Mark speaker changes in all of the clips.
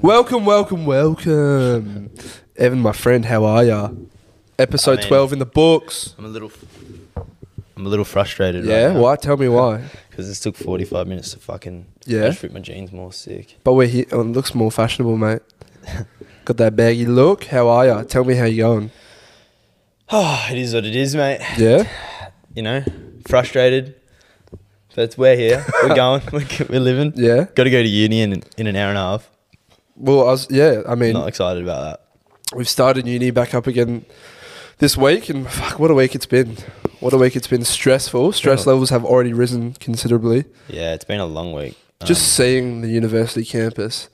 Speaker 1: Welcome, welcome, welcome. Evan, my friend, how are ya? Episode
Speaker 2: I mean-
Speaker 1: 12 in the books.
Speaker 2: I'm a little, I'm a little frustrated.
Speaker 1: Yeah,
Speaker 2: right
Speaker 1: why? Tell me why.
Speaker 2: Because this took 45 minutes to fucking.
Speaker 1: Yeah.
Speaker 2: I just ripped my jeans more sick.
Speaker 1: But we're here. Oh, it looks more fashionable, mate. Got that baggy look. How are ya? Tell me how you going.
Speaker 2: Oh, it is what it is, mate.
Speaker 1: Yeah?
Speaker 2: You know, frustrated. But we're here. We're going. We're, we're living.
Speaker 1: Yeah?
Speaker 2: Got to go to uni in, in an hour and a half.
Speaker 1: Well, I was, yeah, I mean,
Speaker 2: Not excited about that.
Speaker 1: we've started uni back up again this week, and fuck, what a week it's been. What a week it's been. Stressful. Stress
Speaker 2: Yeah.
Speaker 1: levels have already risen considerably.
Speaker 2: Yeah, it's been a long week. Um,
Speaker 1: Just seeing the university campus,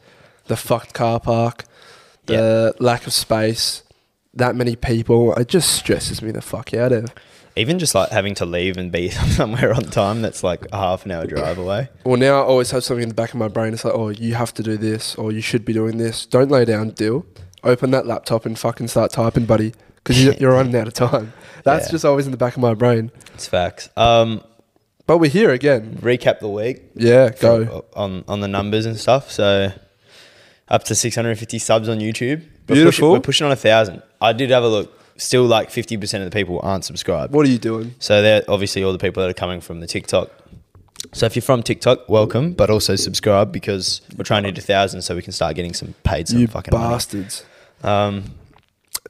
Speaker 1: the fucked car park, the lack of space, that many people, it just stresses me the fuck out of.
Speaker 2: even just like having to leave and be somewhere on time that's like a half an hour drive away.
Speaker 1: Well, now I always have something in the back of my brain. It's like, oh, you have to do this, or you should be doing this. Don't lay down, deal. Open that laptop and fucking start typing, buddy, because you're running out of time. That's
Speaker 2: Yeah.
Speaker 1: just always in the back of my brain.
Speaker 2: It's facts. Um,
Speaker 1: But we're here again.
Speaker 2: recap the week.
Speaker 1: Yeah, go.
Speaker 2: uh, on on the numbers and stuff. So up to 650 subs on YouTube. We're
Speaker 1: Beautiful.
Speaker 2: Pushing, we're pushing on a thousand. I did have a look. Still, like 50% of the people aren't subscribed.
Speaker 1: What are you doing?
Speaker 2: So they're obviously all the people that are coming from the TikTok. So if you're from TikTok, welcome, but also subscribe because we're trying to hit a thousand so we can start getting some paid some
Speaker 1: you
Speaker 2: fucking
Speaker 1: bastards.
Speaker 2: money. Um,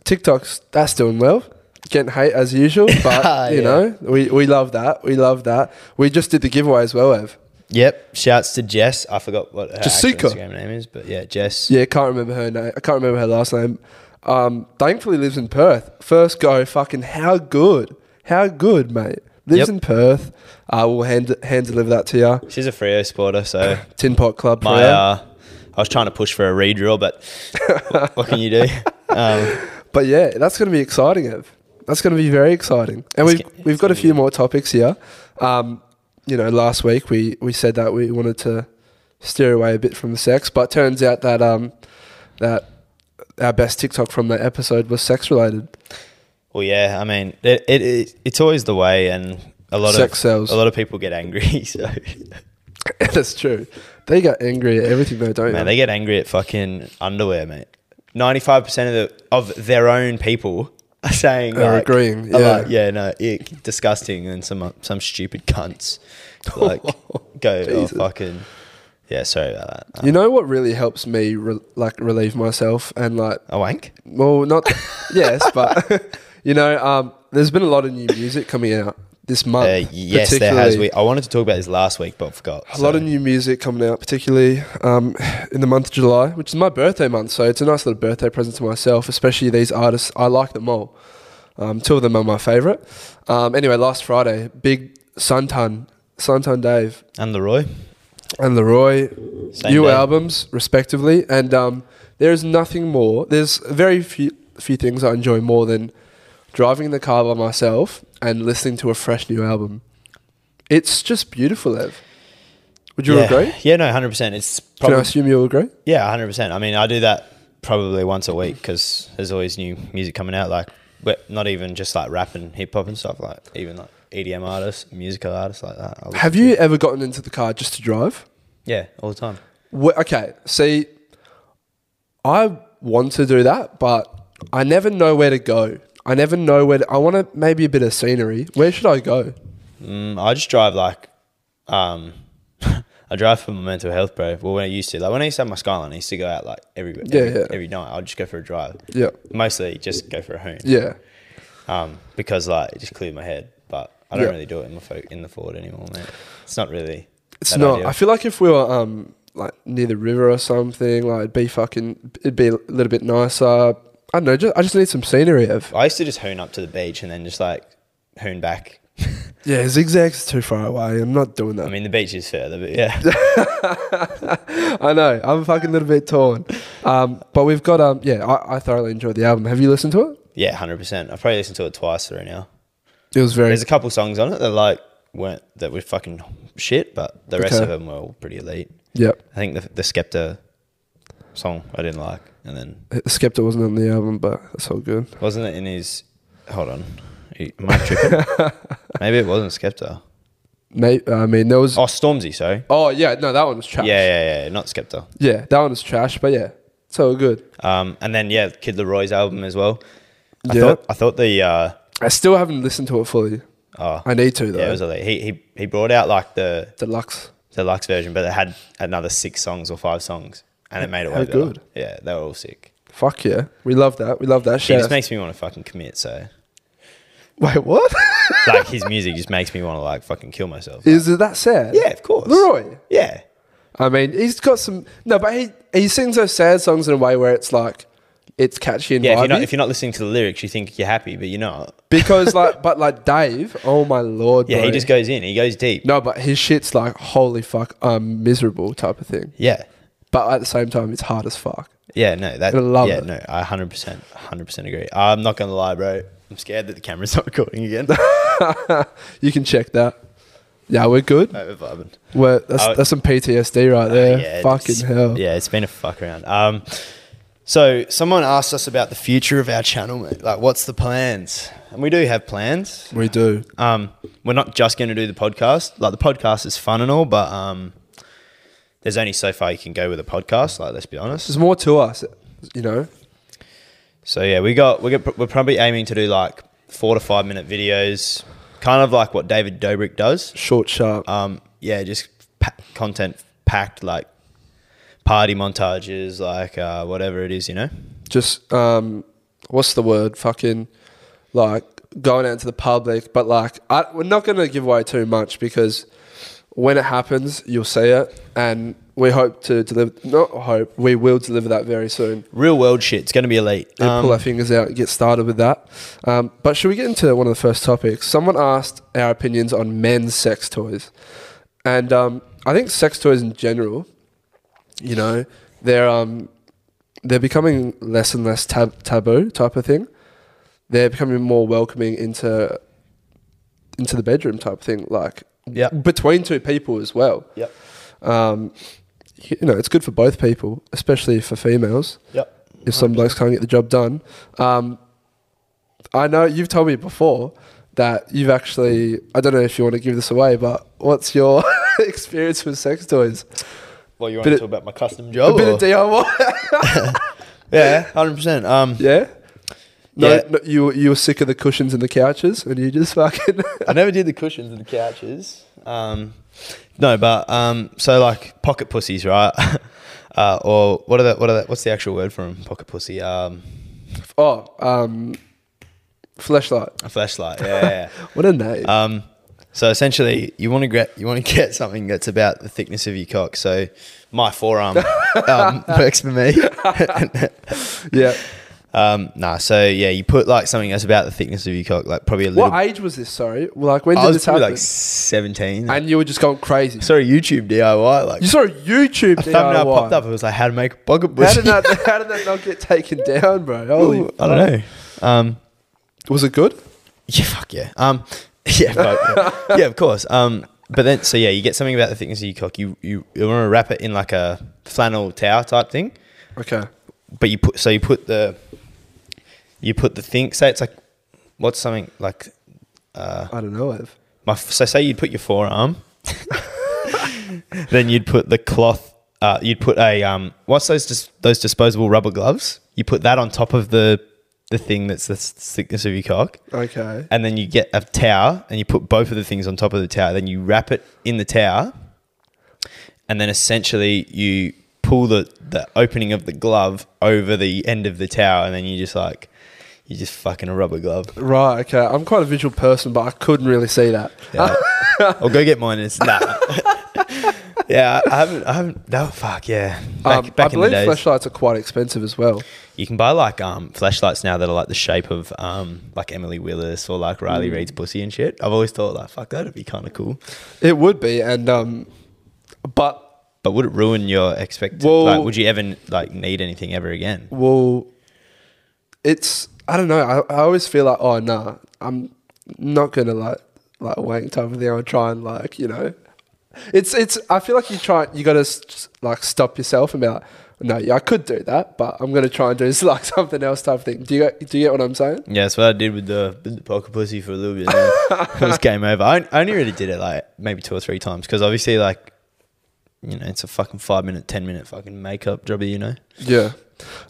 Speaker 1: TikToks, that's doing well. Getting hate as usual, but you
Speaker 2: Yeah.
Speaker 1: know, we, we love that. We love that. We just did the giveaway as well, Ev.
Speaker 2: yep. Shouts to Jess. I forgot what her actual
Speaker 1: Jessica.
Speaker 2: Instagram name is, but yeah, Jess.
Speaker 1: Yeah, can't remember her name. I can't remember her last name. Um, thankfully lives in Perth. First go, fucking how good, how good, mate. Lives
Speaker 2: Yep.
Speaker 1: in Perth. I will hand hand deliver that to you.
Speaker 2: She's a Freo supporter, so
Speaker 1: Tin Pot Club.
Speaker 2: my
Speaker 1: Freo.
Speaker 2: uh, I was trying to push for a redrill, but what, what can you do? Um,
Speaker 1: But yeah, that's going to be exciting, Ev. That's going to be very exciting. And
Speaker 2: It's
Speaker 1: we've,
Speaker 2: ge-
Speaker 1: we've
Speaker 2: it's
Speaker 1: got a
Speaker 2: gonna
Speaker 1: few more topics here. Um, you know, last week we, we said that we wanted to steer away a bit from the sex, but turns out that um, that our best TikTok from that episode was sex related.
Speaker 2: well, yeah, I mean, it, it, it it's always the way, and a lot
Speaker 1: Sex
Speaker 2: of
Speaker 1: sells.
Speaker 2: a lot of people get angry. So
Speaker 1: that's true. They get angry at everything though, don't
Speaker 2: man,
Speaker 1: they?
Speaker 2: they get angry at fucking underwear, mate. Ninety five percent of the of their own people are saying
Speaker 1: Are
Speaker 2: like,
Speaker 1: agreeing,
Speaker 2: are
Speaker 1: yeah.
Speaker 2: like, yeah, no, ick, disgusting, and some uh, some stupid cunts like go oh,
Speaker 1: Jesus.
Speaker 2: fucking yeah. Sorry about that. Uh,
Speaker 1: You know what really helps me re- like relieve myself and like
Speaker 2: a wank.
Speaker 1: Well, not yes, but you know, um, there's been a lot of new music coming out this month.
Speaker 2: Uh, yes, there has.
Speaker 1: particularly.
Speaker 2: We I wanted to talk about this last week, but forgot.
Speaker 1: a lot of
Speaker 2: so.
Speaker 1: new music coming out, particularly um, in the month of July, which is my birthday month. So it's a nice little birthday present to myself, especially these artists. I like them all. Um, two of them are my favorite. Um, anyway, last Friday, big Suntan, Suntan Dave,
Speaker 2: and Leroy.
Speaker 1: and Leroy,
Speaker 2: Same
Speaker 1: new
Speaker 2: day.
Speaker 1: albums respectively, and um, there is nothing more. There's very few few things I enjoy more than driving in the car by myself and listening to a fresh new album. It's just beautiful, Ev. Would you
Speaker 2: yeah.
Speaker 1: agree?
Speaker 2: Yeah, no, hundred percent. It's
Speaker 1: Can I
Speaker 2: probably
Speaker 1: assume you'll agree?
Speaker 2: Yeah, hundred percent. I mean, I do that probably once a week because there's always new music coming out. Like, but not even just like rap and hip hop and stuff. Like, even like EDM artists, musical artists like that. I listen
Speaker 1: Have
Speaker 2: to-
Speaker 1: you ever gotten into the car just to drive?
Speaker 2: Yeah, all the time.
Speaker 1: Wh- okay, see, I want to do that, but I never know where to go. I never know where to, I want to maybe a bit of scenery. Where should I go?
Speaker 2: Mm, I just drive like, um, I drive for my mental health, bro. Well, when I used to, like when I used to have my skyline, I used to go out like every
Speaker 1: Yeah,
Speaker 2: every,
Speaker 1: yeah.
Speaker 2: every night. I'd just go for a drive.
Speaker 1: Yeah,
Speaker 2: Mostly just go for a hoon.
Speaker 1: yeah.
Speaker 2: Um, because like it just cleared my head, but I don't
Speaker 1: Yeah.
Speaker 2: really do it in my fo- in the Ford anymore, man. It's not really.
Speaker 1: It's
Speaker 2: that
Speaker 1: not.
Speaker 2: ideal.
Speaker 1: I feel like if we were um like near the river or something, like it'd be fucking, it'd be a little bit nicer. I don't know. Just, I just need some scenery of.
Speaker 2: I used to just hoon up to the beach and then just like hoon back.
Speaker 1: Yeah, zigzags too far away. I'm not doing
Speaker 2: I
Speaker 1: that.
Speaker 2: mean, the beach is further, but yeah.
Speaker 1: I know. I'm fucking a little bit torn. Um, but we've got um yeah. I, I thoroughly enjoyed the album. Have you listened to it?
Speaker 2: Yeah, 100%. I've probably listened to it twice through now.
Speaker 1: It was very.
Speaker 2: There's a couple songs on it that like weren't, that were fucking shit, but the rest
Speaker 1: Okay.
Speaker 2: of them were all pretty elite.
Speaker 1: Yep.
Speaker 2: I think the, the Skepta song I didn't like. And then,
Speaker 1: Skepta wasn't on the album, but that's all good.
Speaker 2: wasn't it in his, hold on. Am I tripping? Maybe it wasn't Skepta.
Speaker 1: Mate, I mean, there was.
Speaker 2: Oh, Stormzy, sorry.
Speaker 1: Oh yeah, no, that one was trash.
Speaker 2: Yeah, yeah, yeah. Not Skepta.
Speaker 1: Yeah, that one was trash. But yeah, It's all good.
Speaker 2: Um, and then yeah, Kid Leroy's album as well. I
Speaker 1: Yeah.
Speaker 2: thought I thought the uh,
Speaker 1: I still haven't listened to it fully.
Speaker 2: oh
Speaker 1: I need to though.
Speaker 2: yeah, it was a, he he he brought out like the
Speaker 1: Deluxe.
Speaker 2: deluxe version, but it had another six songs or five songs, and it made it
Speaker 1: How
Speaker 2: way better.
Speaker 1: good.
Speaker 2: Yeah, they were all sick.
Speaker 1: Fuck yeah. We love that. We love that
Speaker 2: He
Speaker 1: shit.
Speaker 2: just makes me want to fucking commit. So
Speaker 1: Wait, what?
Speaker 2: like his music just makes me want to like fucking kill myself.
Speaker 1: Is it that sad?
Speaker 2: yeah, of course.
Speaker 1: Leroy.
Speaker 2: Yeah.
Speaker 1: I mean, he's got some. No, but he he sings those sad songs in a way where it's like it's catchy and
Speaker 2: Yeah, if
Speaker 1: vibey.
Speaker 2: you're, not, if you're not listening to the lyrics, you think you're happy, but you're not.
Speaker 1: because like, but like Dave, oh my lord,
Speaker 2: Yeah,
Speaker 1: bro.
Speaker 2: he just goes in. He goes deep.
Speaker 1: no, but his shit's like holy fuck, I'm miserable type of thing.
Speaker 2: Yeah,
Speaker 1: But at the same time, it's hard as fuck.
Speaker 2: yeah, no, that.
Speaker 1: I love
Speaker 2: yeah,
Speaker 1: it.
Speaker 2: no, I hundred percent, hundred percent agree. I'm not gonna lie, bro. I'm scared that the camera's not recording again.
Speaker 1: You can check that. Yeah, we're good.
Speaker 2: Over vibing.
Speaker 1: We're, that's,
Speaker 2: Oh.
Speaker 1: that's some PTSD right there. Fucking
Speaker 2: it's-
Speaker 1: hell.
Speaker 2: Uh, Yeah, it's been a fuck around. Um, so someone asked us about the future of our channel, mate. Like, what's the plans? And we do have plans.
Speaker 1: We do.
Speaker 2: Um, we're not just going to do the podcast. Like, the podcast is fun and all, but um, there's only so far you can go with a podcast. Like, let's be honest.
Speaker 1: There's more to us, you know.
Speaker 2: So yeah, we got we got we're probably aiming to do like four to five minute videos, kind of like what David Dobrik does.
Speaker 1: Short, sharp.
Speaker 2: um, yeah, just pa- content packed like party montages, like uh, whatever it is, you know.
Speaker 1: just um, what's the word? Fucking like going out to the public, but like I, we're not going to give away too much because when it happens, you'll see it, and we hope to deliver. Not hope, we will deliver that very soon.
Speaker 2: Real world shit. It's gonna be elite.
Speaker 1: And
Speaker 2: Um,
Speaker 1: pull our fingers out and get started with that. Um, but should we get into one of the first topics? Someone asked our opinions on men's sex toys, and um, I think sex toys in general, you know, they're um, they're becoming less and less tab- taboo type of thing. They're becoming more welcoming into into the bedroom type of thing, like
Speaker 2: Yeah.
Speaker 1: between two people as well.
Speaker 2: Yep.
Speaker 1: Um, you know, it's good for both people, especially for females
Speaker 2: Yep.
Speaker 1: if some blokes can't get the job done. Um, I know you've told me before that you've actually, I don't know if you want to give this away, but what's your experience with sex toys?
Speaker 2: Well, you want
Speaker 1: Bit
Speaker 2: to
Speaker 1: of-
Speaker 2: talk about my custom job?
Speaker 1: A bit of
Speaker 2: or-
Speaker 1: DIY.
Speaker 2: yeah, hundred percent. Um,
Speaker 1: yeah? No,
Speaker 2: Yeah.
Speaker 1: no you, you were sick of the cushions and the couches and you just fucking.
Speaker 2: I never did the cushions and the couches. Um, no, but um, so like pocket pussies, right? uh, or what are that? What are that? What's the actual word for them? Pocket pussy. Um,
Speaker 1: oh, um, flashlight. Uh,
Speaker 2: a flashlight. Yeah. yeah, yeah.
Speaker 1: What a name.
Speaker 2: Um, so essentially, you want to get you want to get something that's about the thickness of your cock. So my forearm um, works for me.
Speaker 1: yeah.
Speaker 2: um, nah, so yeah, you put like something that's about the thickness of your cock, like probably a little.
Speaker 1: What age was this? Sorry. Like, when did
Speaker 2: I was
Speaker 1: this happen?
Speaker 2: probably like seventeen.
Speaker 1: and you were just going crazy.
Speaker 2: sorry, YouTube DIY. Like
Speaker 1: You saw a YouTube
Speaker 2: a thumbnail
Speaker 1: DIY.
Speaker 2: popped up. It was like how to make a pocket
Speaker 1: How
Speaker 2: pussy.
Speaker 1: did that? How did that not get taken down, bro? Holy,
Speaker 2: Ooh, I don't know. Um,
Speaker 1: Was it good?
Speaker 2: Yeah, fuck yeah. Um, yeah, but, yeah, yeah, of course. Um, but then, so yeah, you get something about the thickness of your cock. You you, you want to wrap it in like a flannel towel type thing,
Speaker 1: Okay.
Speaker 2: but you put so you put the you put the thing. Say it's like what's something like uh,
Speaker 1: I don't know. Ev.
Speaker 2: my f- so say you'd put your forearm, then you'd put the cloth. Uh, you'd put a um, what's those dis- those disposable rubber gloves? You put that on top of the the thing that's the s- thickness of your cock
Speaker 1: Okay.
Speaker 2: and then you get a tower and you put both of the things on top of the tower. Then you wrap it in the tower, and then essentially you pull the the opening of the glove over the end of the tower, and then you just like you just fucking a rubber glove.
Speaker 1: Right. Okay. I'm quite a visual person, but I couldn't really see that.
Speaker 2: Yeah. I'll go get mine. It's nah. yeah, I haven't. I haven't. No, fuck yeah. Back,
Speaker 1: um, I
Speaker 2: back in the
Speaker 1: believe
Speaker 2: days,
Speaker 1: flashlights are quite expensive as well.
Speaker 2: you can buy like um flashlights now that are like the shape of um like Emily Willis or like
Speaker 1: Mm.
Speaker 2: Riley Reid's pussy and shit. I've always thought like fuck that'd be kind of cool.
Speaker 1: It would be, and um, but
Speaker 2: But would it ruin your expect?
Speaker 1: Well-
Speaker 2: like, would you ever like need anything ever again?
Speaker 1: well, it's I don't know. I, I always feel like oh nah, I'm not gonna like like wank type of thing. I'll try and like you know, it's it's. I feel like you try you gotta s- like stop yourself and be like. No, yeah, I could do that, but I'm gonna try and do like something else type of thing. Do you get, do you get what I'm saying?
Speaker 2: Yeah, that's what I did with the, with the poker pussy for a little bit. man. it was game over. I, on- I only really did it like maybe two or three times because obviously, like, you know, it's a fucking five minute, ten minute fucking makeup jobby, you know.
Speaker 1: Yeah.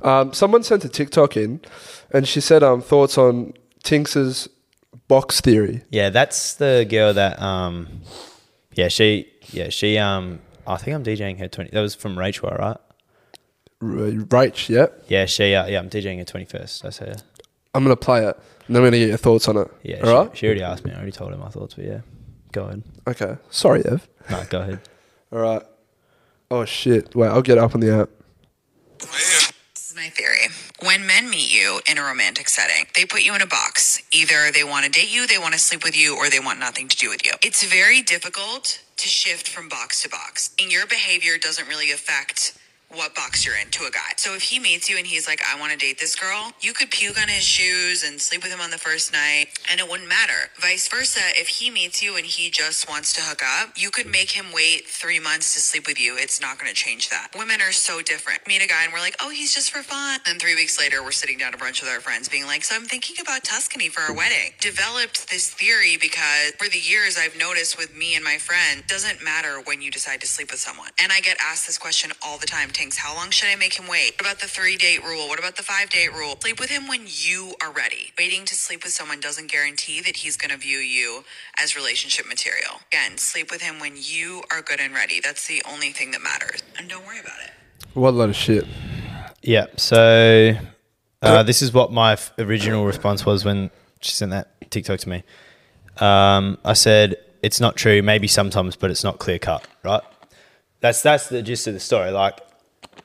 Speaker 1: Um, someone sent a TikTok in, and she said um, thoughts on Tinks's box theory.
Speaker 2: Yeah, that's the girl that um yeah, she yeah, she um I think I'm DJing her twenty that was from Rachel, right?
Speaker 1: R- Rach, yeah.
Speaker 2: Yeah, she uh, yeah, I'm DJing her twenty first. That's her.
Speaker 1: I'm gonna play it, and I'm gonna get your thoughts on it.
Speaker 2: Yeah.
Speaker 1: All
Speaker 2: she,
Speaker 1: right.
Speaker 2: she already asked me, I already told her my thoughts, but yeah. Go ahead.
Speaker 1: Okay. Sorry, Ev.
Speaker 2: No, go ahead.
Speaker 1: All right. Oh shit! Wait, I'll get it up on the app.
Speaker 3: This is my theory. When men meet you in a romantic setting, they put you in a box. Either they want to date you, they want to sleep with you, or they want nothing to do with you. It's very difficult to shift from box to box, and your behavior doesn't really affect what box you're in to a guy. So if he meets you and he's like, I want to date this girl, you could puke on his shoes and sleep with him on the first night, and it wouldn't matter. Vice versa, if he meets you and he just wants to hook up, you could make him wait three months to sleep with you. It's not going to change that. Women are so different. Meet a guy and we're like, oh, he's just for fun. Then three weeks later, we're sitting down to brunch with our friends, being like, so I'm thinking about Tuscany for our wedding. Developed this theory because for the years I've noticed with me and my friend, doesn't matter when you decide to sleep with someone. And I get asked this question all the time, Tinks, how long should I make him wait? What about the three date rule? What about the five date rule? Sleep with him when you are ready. Waiting to sleep with someone doesn't guarantee that he's going to view you as relationship material. Again, sleep with him when you are good and ready. That's the only thing that matters. And don't worry about it.
Speaker 1: What a load of shit.
Speaker 2: Yeah. So uh, this is what my f- original response was when she sent that TikTok to me. Um, I said it's not true, maybe sometimes, but it's not clear cut, right? That's that's the gist of the story. Like,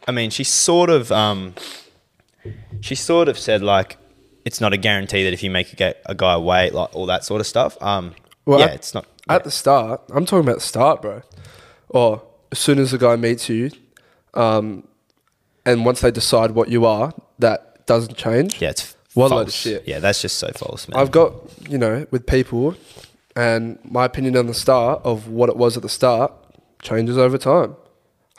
Speaker 2: I mean, she sort of um, she sort of said like it's not a guarantee that if you make a, ga- a guy wait, like all that sort of stuff. Um,
Speaker 1: Well,
Speaker 2: yeah,
Speaker 1: at-
Speaker 2: it's not.
Speaker 1: At the start, I'm talking about the start, bro. Or as soon as the guy meets you, um, and once they decide what you are, that doesn't change.
Speaker 2: Yeah, it's
Speaker 1: What a
Speaker 2: false.
Speaker 1: load of shit.
Speaker 2: Yeah, that's just so false, man.
Speaker 1: I've got, you know, with people and my opinion on the start of what it was at the start changes over time.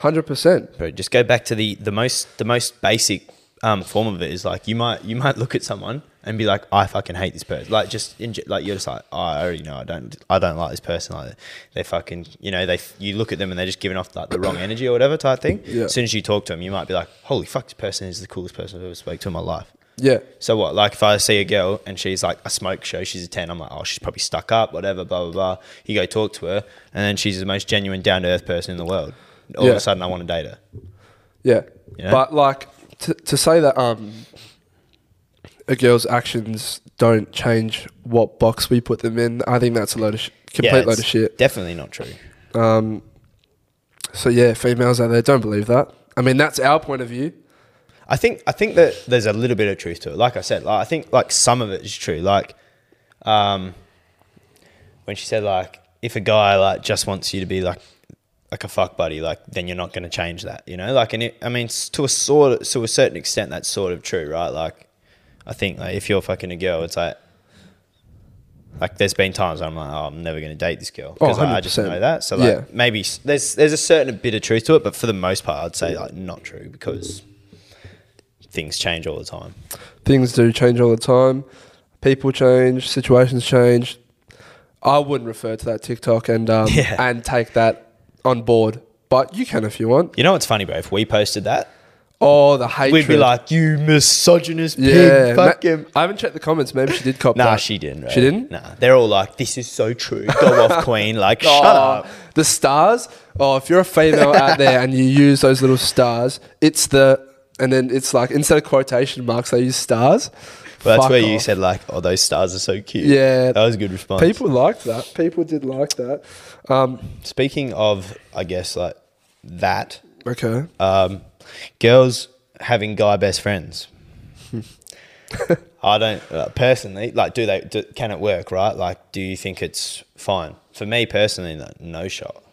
Speaker 1: 100%.
Speaker 2: Bro, just go back to the the most the most basic um, form of it is like you might you might look at someone and be like I fucking hate this person like just in, ge- like you're just like "Oh, I already know I don't I don't like this person like they fucking you know they you look at them and they're just giving off like the wrong energy or whatever type thing
Speaker 1: Yeah.
Speaker 2: as soon as you talk to them you might be like holy fuck this person is the coolest person I've ever spoke to in my life
Speaker 1: Yeah.
Speaker 2: so what? Like if I see a girl and she's like a smoke show, she's a ten. I'm like, oh, she's probably stuck up, whatever, blah blah blah. You go talk to her, and then she's the most genuine, down to earth person in the world. All of
Speaker 1: Yeah.
Speaker 2: a sudden, I want to date her.
Speaker 1: Yeah.
Speaker 2: Yeah.
Speaker 1: But like to, to say that um a girl's actions don't change what box we put them in, I think that's a load of sh-
Speaker 2: Yeah,
Speaker 1: complete load
Speaker 2: it's
Speaker 1: of shit.
Speaker 2: Definitely not true.
Speaker 1: Um so yeah, females out there don't believe that. I mean, that's our point of view.
Speaker 2: I think I think that there's a little bit of truth to it. Like I said, like I think like some of it is true. Like, um, when she said like if a guy like just wants you to be like like a fuck buddy, like then you're not going to change that, you know. Like, and it, I mean, s- to a sort to a certain extent, that's sort of true, right? Like, I think like if you're fucking a girl, it's like. Like there's been times I'm like, oh, I'm never going to date this girl
Speaker 1: Oh,
Speaker 2: because I just
Speaker 1: 100%.
Speaker 2: know that. So like
Speaker 1: Yeah.
Speaker 2: maybe s- there's there's a certain bit of truth to it, but for the most part, I'd say like not true because things change all the time.
Speaker 1: Things do change all the time. People change, situations change. I wouldn't refer to that TikTok and um,
Speaker 2: Yeah.
Speaker 1: and take that on board, but you can if you want.
Speaker 2: You know what's funny, bro? If we posted that,
Speaker 1: Oh, the hatred.
Speaker 2: we'd be like, "You misogynist
Speaker 1: yeah,
Speaker 2: pig,
Speaker 1: ma-
Speaker 2: fuck him."
Speaker 1: I haven't checked the comments. Maybe she did cop
Speaker 2: Nah,
Speaker 1: that.
Speaker 2: she didn't. Bro.
Speaker 1: She didn't.
Speaker 2: Nah, they're all like, "This is so true." Go off, queen. Like, shut up.
Speaker 1: Oh, The stars. Oh, if you're a female out there and you use those little stars, it's the and then it's like instead of quotation marks, they use stars.
Speaker 2: Well, that's
Speaker 1: Fuck
Speaker 2: where you
Speaker 1: off.
Speaker 2: said like, "Oh, those stars are so cute."
Speaker 1: Yeah.
Speaker 2: that was a good response.
Speaker 1: People liked that. People did like that. Um,
Speaker 2: Speaking of, I guess like that,
Speaker 1: okay.
Speaker 2: um, girls having guy best friends. I don't uh, personally like. Do they? Do, can it work? Right? Like, do you think it's fine? For me personally, no, no shot.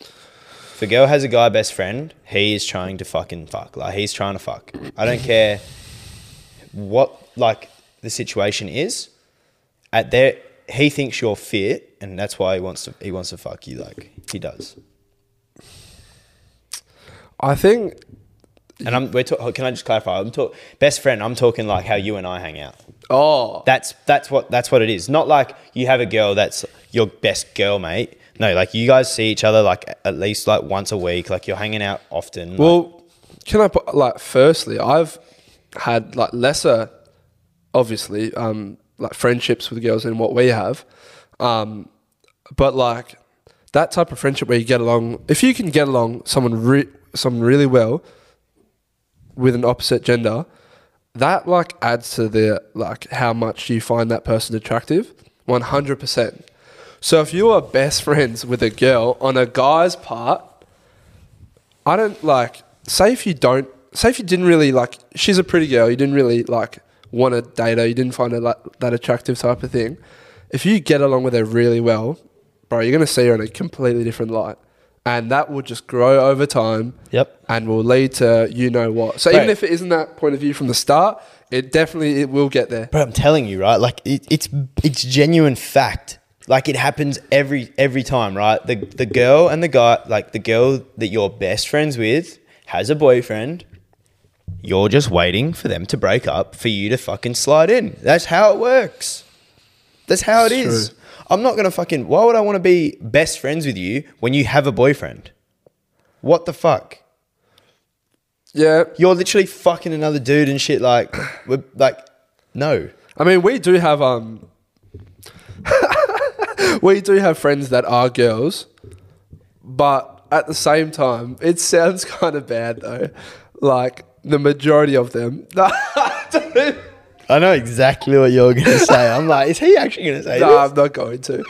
Speaker 2: If a girl has a guy best friend, he is trying to fucking fuck. Like, he's trying to fuck. I don't care what like the situation is. At their, he thinks you're fit, and that's why he wants to. He wants to fuck you. Like he does.
Speaker 1: I think
Speaker 2: And I'm we're talk- can I just clarify? I'm talk best friend. I'm talking like how you and I hang out.
Speaker 1: oh
Speaker 2: That's that's what that's what it is. Not like you have a girl that's your best girl mate No, like you guys see each other like at least like once a week. Like you're hanging out often. like-
Speaker 1: Well, can I put like firstly, I've had like lesser, obviously, um, like friendships with girls than what we have, um, but like that type of friendship where you get along. If you can get along someone re- someone really well with an opposite gender, that like adds to the like how much you find that person attractive, one hundred percent. So if you are best friends with a girl on a guy's part, I don't like say if you don't say if you didn't really like she's a pretty girl, you didn't really like want to date her, you didn't find her like that attractive type of thing. If you get along with her really well, bro, you're gonna see her in a completely different light. And that will just grow over time.
Speaker 2: Yep.
Speaker 1: And will lead to you know what. So even
Speaker 2: Right.
Speaker 1: if it isn't that point of view from the start, it definitely it will get there.
Speaker 2: But I'm telling you, right? Like it, it's it's genuine fact. Like it happens every every time, right? The the girl and the guy, like the girl that you're best friends with, has a boyfriend. You're just waiting for them to break up for you to fucking slide in. That's how it works. That's how it
Speaker 1: It's
Speaker 2: is.
Speaker 1: true.
Speaker 2: I'm not gonna fucking. Why would I want to be best friends with you when you have a boyfriend? What the fuck?
Speaker 1: Yeah.
Speaker 2: You're literally fucking another dude and shit. Like, we're, like, no.
Speaker 1: I mean, we do have um, we do have friends that are girls, but at the same time, it sounds kind of bad though. Like the majority of them, nah, dude,
Speaker 2: I know exactly what you're going to say. I'm like, is he actually going to say
Speaker 1: nah, I'm not going to.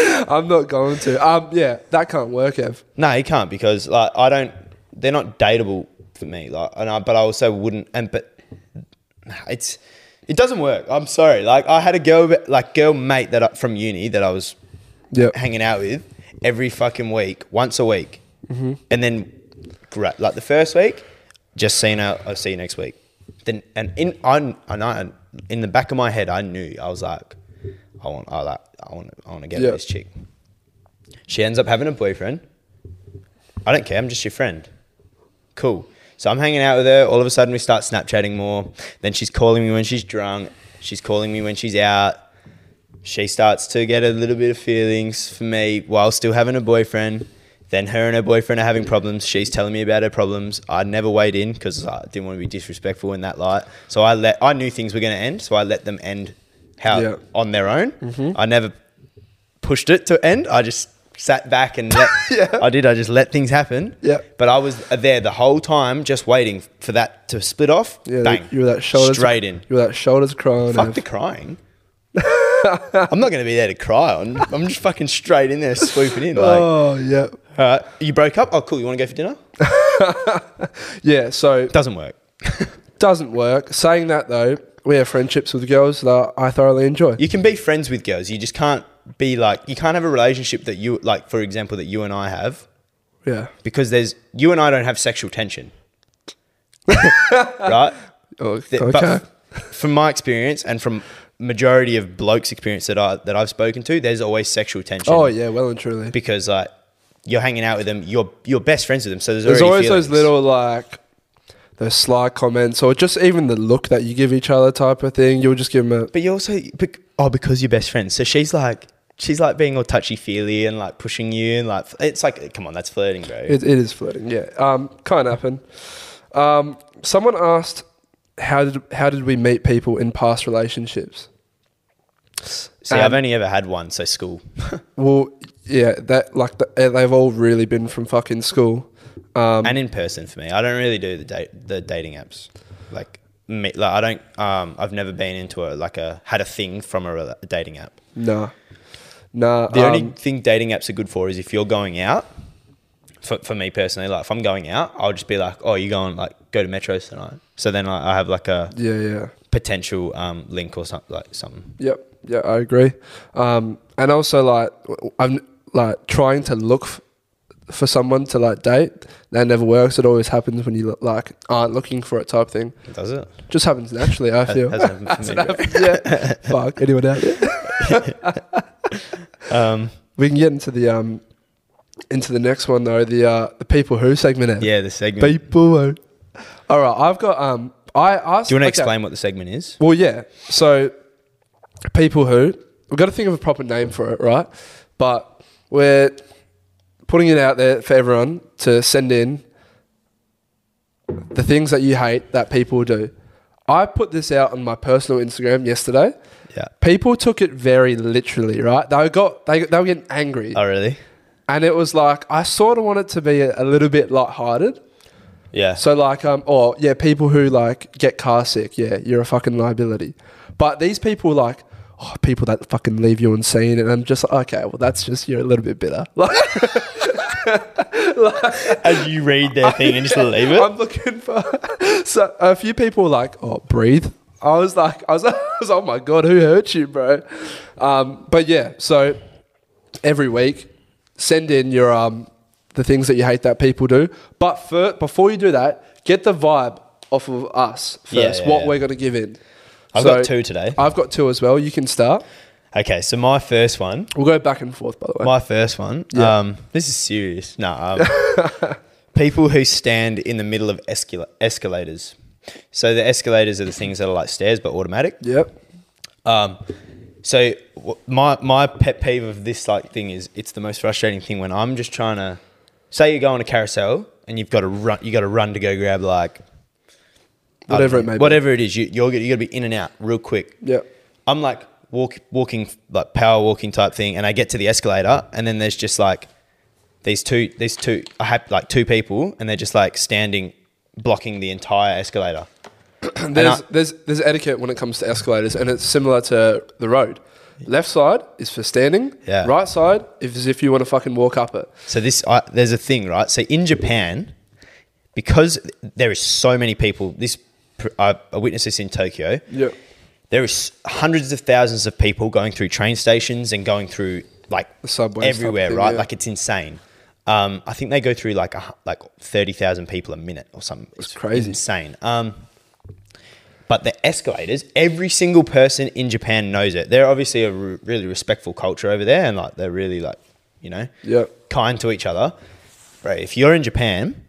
Speaker 1: I'm not going to. Um, yeah, that can't work, Ev.
Speaker 2: No, he can't because like I don't. They're not dateable for me. Like, and I, but I also wouldn't. And but nah, it's it doesn't work. I'm sorry. Like I had a girl like girl mate that I, from uni that I was
Speaker 1: Yeah,
Speaker 2: hanging out with every fucking week, once a week, and then great. Like the first week, just seeing her. I'll see you next week. Then and in I and I in the back of my head, I knew I was like, I want I like I want I want to get with
Speaker 1: Yeah.
Speaker 2: this chick. She ends up having a boyfriend. I don't care. I'm just your friend. Cool. So I'm hanging out with her. All of a sudden, we start Snapchatting more. Then she's calling me when she's drunk. She's calling me when she's out. She starts to get a little bit of feelings for me while still having a boyfriend. Then her and her boyfriend are having problems. She's telling me about her problems. I never weighed in because I didn't want to be disrespectful in that light. So I let I knew things were going to end. So I let them end how
Speaker 1: Yeah. Mm-hmm.
Speaker 2: on their own. I never pushed it to end. I just sat back and let,
Speaker 1: Yeah.
Speaker 2: I did. I just let things happen.
Speaker 1: Yeah.
Speaker 2: But I was there the whole time, just waiting for that to split off.
Speaker 1: yeah.
Speaker 2: Bang.
Speaker 1: You were that shoulders
Speaker 2: Straight in.
Speaker 1: You were that shoulders crying.
Speaker 2: Fuck
Speaker 1: Ev.
Speaker 2: the crying. I'm not going to be there to cry on. I'm just fucking straight in there, swooping in. Like, all
Speaker 1: oh yeah,
Speaker 2: right, you broke up. Oh, cool. You want to go for dinner?
Speaker 1: yeah. So
Speaker 2: Doesn't work.
Speaker 1: doesn't work. Saying that though, we have friendships with girls that I thoroughly enjoy.
Speaker 2: You can be friends with girls. You just can't be like you can't have a relationship that you like. For example, that you and I have
Speaker 1: Yeah.
Speaker 2: because there's you and I don't have sexual tension, right?
Speaker 1: O-
Speaker 2: Th-
Speaker 1: okay.
Speaker 2: But f- from my experience and from majority of blokes' experience that I that I've spoken to, there's always sexual tension.
Speaker 1: oh yeah, well and truly.
Speaker 2: because like you're hanging out with them, you're you're best friends with them. So there's,
Speaker 1: There's always
Speaker 2: already
Speaker 1: those
Speaker 2: feelings.
Speaker 1: little like those sly comments or just even the look that you give each other type of thing. You'll just give them a
Speaker 2: But you also bec- oh because you're best friends. So she's like she's like being all touchy feely and like pushing you and like it's like come on that's flirting, bro.
Speaker 1: it, it is flirting, yeah. Um can't happen. Um someone asked how did how did we meet people in past relationships?
Speaker 2: See,
Speaker 1: um,
Speaker 2: I've only ever had one, so school.
Speaker 1: Well, yeah, that like the, eh, they've all really been from fucking school. Um
Speaker 2: and in person for me. I don't really do the date the dating apps. Like me, like I don't um I've never been into a like a had a thing from a, rela- a dating app.
Speaker 1: nah. Nah.
Speaker 2: The only
Speaker 1: um,
Speaker 2: thing dating apps are good for is if you're going out. For, for me personally, like if I'm going out, I'll just be like, "Oh, you going like go to Metros tonight?" So then I, I have like a
Speaker 1: yeah, yeah.
Speaker 2: potential um, link or something like something.
Speaker 1: Yep. Yeah, I agree. Um, and also, like, w- I'm like trying to look f- for someone to like date. That never works. It always happens when you like aren't looking for it, type thing.
Speaker 2: Does it?
Speaker 1: Just happens naturally. I feel.
Speaker 2: hasn't happened to me,
Speaker 1: Hasn't happened, yeah. Fuck. Anyone out there?
Speaker 2: Um,
Speaker 1: We can get into the um, into the next one though. The uh, the people who segment. Ev.
Speaker 2: yeah, the segment.
Speaker 1: People who. All right. I've got um. I asked.
Speaker 2: Do you want to
Speaker 1: okay.
Speaker 2: explain what the segment is?
Speaker 1: Well, yeah. So, people who we've got to think of a proper name for it, right? But we're putting it out there for everyone to send in the things that you hate that people do. I put this out on my personal Instagram yesterday.
Speaker 2: Yeah.
Speaker 1: People took it very literally, right? They got they, they were getting angry,
Speaker 2: Oh, really?
Speaker 1: and it was like I sort of want it to be a, a little bit lighthearted.
Speaker 2: Yeah.
Speaker 1: So like um or yeah, people who like get car sick, yeah, you're a fucking liability. But these people like oh people that fucking leave you insane and I'm just like, okay, well that's just you're a little bit bitter. Like
Speaker 2: as you read their thing and just leave it.
Speaker 1: I'm looking for so a few people were like, oh breathe. I was like I was, I was oh my god, who hurt you, bro? Um but yeah, so every week. Send in your um the things that you hate that people do. But fir- before you do that, get the vibe off of us first.
Speaker 2: Yeah, yeah,
Speaker 1: what
Speaker 2: yeah.
Speaker 1: we're going to give in.
Speaker 2: I've got two today.
Speaker 1: I've got two as well. You can start.
Speaker 2: Okay, so my first one,
Speaker 1: We'll go back and forth, by the way.
Speaker 2: my first one.
Speaker 1: Yeah.
Speaker 2: Um, this is serious. No, um, people who stand in the middle of escala- escalators. So the escalators are the things that are like stairs but automatic.
Speaker 1: yep.
Speaker 2: Um, so w- my my pet peeve of this like thing is it's the most frustrating thing when I'm just trying to say you go on a carousel and you've got to run you got to run to go grab like I don't
Speaker 1: Whatever it
Speaker 2: know,
Speaker 1: may be.
Speaker 2: whatever it is you you're you got to be in and out real quick.
Speaker 1: Yep.
Speaker 2: I'm like walk walking like power walking type thing, and I get to the escalator, and then there's just like these two these two I have like two people, and they're just like standing blocking the entire escalator.
Speaker 1: And there's,
Speaker 2: I-
Speaker 1: there's, there's etiquette when it comes to escalators, and it's similar to the road. Left side is for standing.
Speaker 2: Yeah.
Speaker 1: Right side is if you want to fucking walk up it.
Speaker 2: So this I, there's a thing, right? So in Japan, because there is so many people, this pr- I, I witnessed this in Tokyo.
Speaker 1: Yep.
Speaker 2: There is hundreds of thousands of people going through train stations and going through like
Speaker 1: The subways type
Speaker 2: everywhere,
Speaker 1: thing,
Speaker 2: right?
Speaker 1: yeah.
Speaker 2: Like it's insane. Um, I think they go through like a, hu- like thirty thousand people a minute or something. It's
Speaker 1: crazy.
Speaker 2: insane. Um, but the escalators, every single person in Japan knows it. They're obviously a r- really respectful culture over there, and like they're really like, you know,
Speaker 1: Yeah.
Speaker 2: kind to each other. Bro, if you're in Japan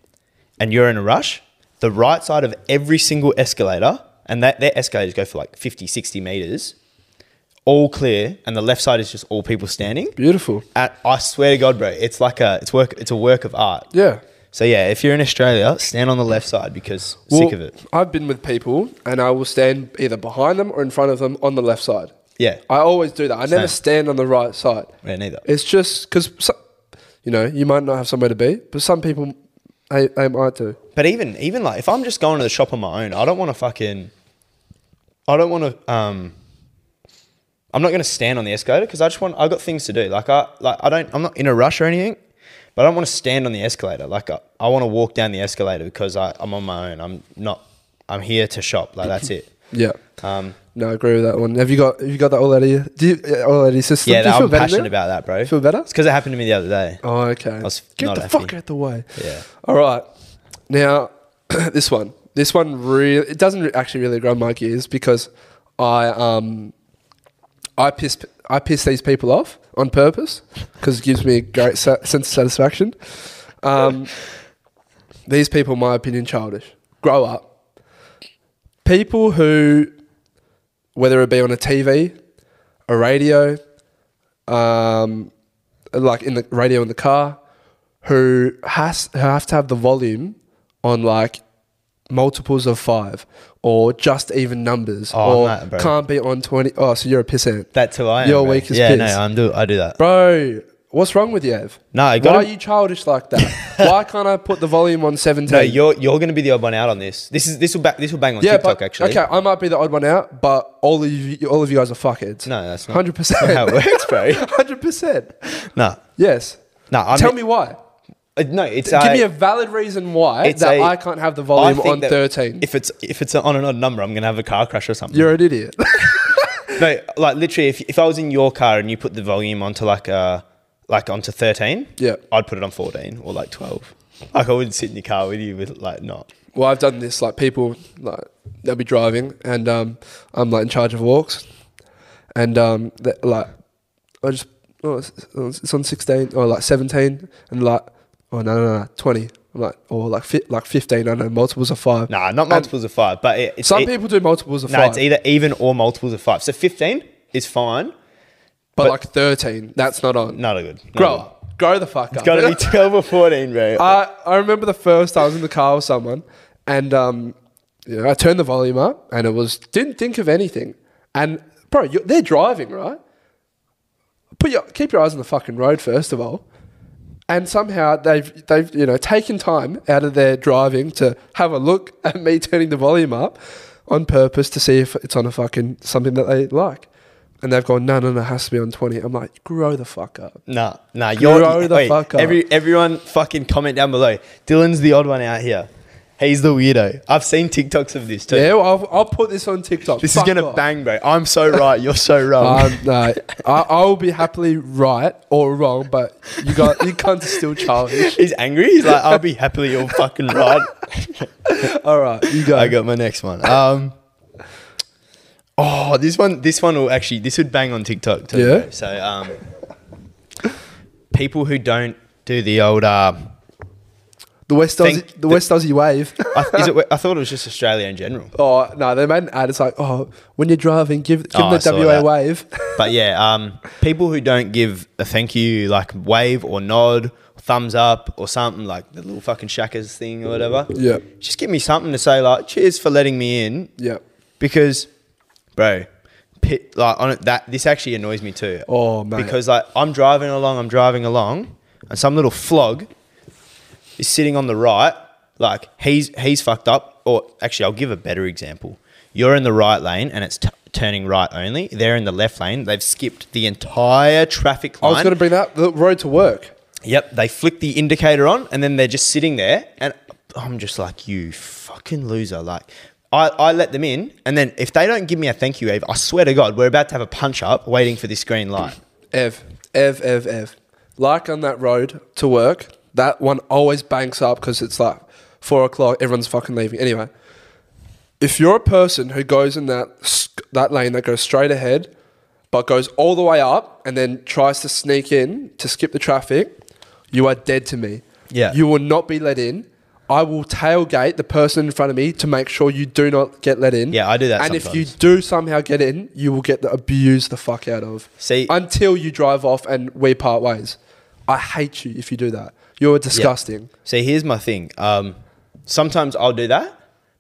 Speaker 2: and you're in a rush, the right side of every single escalator, and that their escalators go for like 50, 60 meters, all clear, and the left side is just all people standing.
Speaker 1: Beautiful.
Speaker 2: And I swear to God, bro, it's like a it's work it's a work of art.
Speaker 1: Yeah.
Speaker 2: So yeah, if you're in Australia, stand on the left side because sick of
Speaker 1: Well,
Speaker 2: it.
Speaker 1: I've been with people and I will stand either behind them or in front of them on the left side.
Speaker 2: Yeah.
Speaker 1: I always do that. I never
Speaker 2: Same.
Speaker 1: stand on the right side.
Speaker 2: Yeah, neither.
Speaker 1: It's just because, you know, you might not have somewhere to be, but some people, they, they might do.
Speaker 2: But even even like if I'm just going to the shop on my own, I don't want to fucking. I don't want to. Um, I'm not going to stand on the escalator because I just want. I got things to do. Like I like I don't. I'm not in a rush or anything. But I don't want to stand on the escalator. Like I, I want to walk down the escalator because I, I'm on my own. I'm not. I'm here to shop. Like that's it.
Speaker 1: Yeah.
Speaker 2: Um,
Speaker 1: No, I agree with that one. Have you got have you got that all out of you? Do you uh, all out of your system?
Speaker 2: yeah,
Speaker 1: Do you
Speaker 2: that,
Speaker 1: feel
Speaker 2: I'm
Speaker 1: better
Speaker 2: passionate
Speaker 1: now?
Speaker 2: about that, bro.
Speaker 1: Feel better?
Speaker 2: It's because it happened to me the other day.
Speaker 1: Oh, okay.
Speaker 2: was
Speaker 1: Get
Speaker 2: not
Speaker 1: the
Speaker 2: happy.
Speaker 1: fuck out the way.
Speaker 2: Yeah.
Speaker 1: All right. Now, this one. This one really it doesn't re- actually really grind my gears because I um I piss p- I piss these people off on purpose because it gives me a great sa- sense of satisfaction. Um, these people, in my opinion, childish. Grow up. People who, whether it be on a TV, a radio, um, like in the radio in the car, who has who have to have the volume on like multiples of five or just even numbers
Speaker 2: Oh,
Speaker 1: or
Speaker 2: I'm that, bro.
Speaker 1: can't be on 20 oh so you're a pissant
Speaker 2: That's who I am.
Speaker 1: Your
Speaker 2: bro.
Speaker 1: weakest
Speaker 2: Yeah,
Speaker 1: piss.
Speaker 2: no, I'm do. I do that.
Speaker 1: Bro, what's wrong with you, Ev?
Speaker 2: No, I
Speaker 1: Why
Speaker 2: gotta-
Speaker 1: are you childish like that? Why can't I put the volume on 17?
Speaker 2: No, you're you're going to be the odd one out on this. This is this will ba- this will bang on TikTok
Speaker 1: but,
Speaker 2: actually.
Speaker 1: Okay, I might be the odd one out, but all of you, all of you guys are fuckheads.
Speaker 2: No, that's not-
Speaker 1: 100%.
Speaker 2: not how it works, bro.
Speaker 1: 100%.
Speaker 2: No,
Speaker 1: Yes.
Speaker 2: no. I'm,
Speaker 1: Tell me why.
Speaker 2: Uh, no. It's
Speaker 1: Give
Speaker 2: uh,
Speaker 1: me a valid reason why
Speaker 2: it's
Speaker 1: that
Speaker 2: a-
Speaker 1: I can't have the
Speaker 2: I
Speaker 1: volume
Speaker 2: think
Speaker 1: on
Speaker 2: that
Speaker 1: 13.
Speaker 2: If it's if it's on an odd number, I'm going to have a car crash or something.
Speaker 1: you're an idiot.
Speaker 2: no, like literally, if, if I was in your car and you put the volume onto like uh like onto 13,
Speaker 1: Yeah.
Speaker 2: I'd put it on 14 or like 12. Like I wouldn't sit in your car with you with like not.
Speaker 1: well, I've done this. Like people, like they'll be driving, and um, I'm like in charge of walks, and um, they- like I just oh, it's, it's on sixteen or like seventeen, and like oh no no no twenty. I'm like or like fi- like fifteen. I know multiples of five.
Speaker 2: Nah, not
Speaker 1: And
Speaker 2: multiples of five, but it, it's
Speaker 1: Some
Speaker 2: it-
Speaker 1: people do multiples of
Speaker 2: No,
Speaker 1: five.
Speaker 2: it's either even or multiples of five. So 15 is fine.
Speaker 1: But,
Speaker 2: But-
Speaker 1: like 13, that's not on.
Speaker 2: Not a good. Not
Speaker 1: Grow
Speaker 2: a good.
Speaker 1: up. Grow the fuck up.
Speaker 2: It's got to be 12 or 14, bro.
Speaker 1: I, I remember the first I was in the car with someone and um, you know, I turned the volume up and it was, didn't think of anything. And bro, you they're driving, right? Put your, keep your eyes on the fucking road first of all. And somehow they've, they've, you know, taken time out of their driving to have a look at me turning the volume up on purpose to see if it's on a fucking something that they like. And they've gone, no, no, no, it has to be on 20. I'm like, grow the fuck up.
Speaker 2: Nah, nah, you're
Speaker 1: Grow the
Speaker 2: wait,
Speaker 1: fuck up.
Speaker 2: Every, everyone fucking comment down below. Dylan's the odd one out here. He's the weirdo. I've seen TikToks of this too.
Speaker 1: Yeah, well, I'll, I'll put this on TikTok.
Speaker 2: this
Speaker 1: Fuck
Speaker 2: is gonna
Speaker 1: off.
Speaker 2: bang, bro. I'm so right, you're so wrong.
Speaker 1: Um, no, I, I'll be happily right or wrong, but you got you can't still childish.
Speaker 2: He's angry. He's like, I'll be happily all fucking right.
Speaker 1: All right, you go.
Speaker 2: I got my next one. Um, oh, this one, this one will actually, this would bang on TikTok too.
Speaker 1: Yeah?
Speaker 2: bro. So, um, people who don't do the old, uh,
Speaker 1: The West Aussie,
Speaker 2: Think
Speaker 1: the West Aussie wave.
Speaker 2: I, is it, I thought it was just Australia in general.
Speaker 1: oh no, they made an ad. It's like, oh, when you're driving, give give
Speaker 2: Oh, I
Speaker 1: them the WA
Speaker 2: saw that.
Speaker 1: wave.
Speaker 2: But yeah, um, people who don't give a thank you, like wave or nod, thumbs up or something, like the little fucking shackers thing or whatever.
Speaker 1: Yeah.
Speaker 2: Just give me something to say, like, cheers for letting me in.
Speaker 1: yeah.
Speaker 2: Because, bro, pit, like, on it, that, this actually annoys me too.
Speaker 1: Oh, mate.
Speaker 2: Because, like, I'm driving along, I'm driving along, and some little flog is sitting on the right. Like, he's, he's fucked up. Or actually, I'll give a better example. You're in the right lane and it's t- turning right only. They're in the left lane. They've skipped the entire traffic
Speaker 1: I
Speaker 2: line.
Speaker 1: was going to bring that the road to work.
Speaker 2: Yep, they flick the indicator on and then they're just sitting there and I'm just like, you fucking loser. Like I, I let them in and then if they don't give me a thank you, Eve, I swear to God, we're about to have a punch up waiting for this green light.
Speaker 1: Ev, Ev, Ev, Ev. Like on that road to work, that one always banks up because it's like four o'clock. Everyone's fucking leaving. Anyway, if you're a person who goes in that s- that lane that goes straight ahead, but goes all the way up and then tries to sneak in to skip the traffic, you are dead to me.
Speaker 2: Yeah.
Speaker 1: you will not be let in. I will tailgate the person in front of me to make sure you do not get let in.
Speaker 2: Yeah, I do that
Speaker 1: And if you
Speaker 2: sometimes.
Speaker 1: do somehow get in, you will get the, abused the fuck out of
Speaker 2: See-
Speaker 1: until you drive off and we part ways. I hate you if you do that. You're disgusting.
Speaker 2: See, here's my thing. Um, sometimes I'll do that,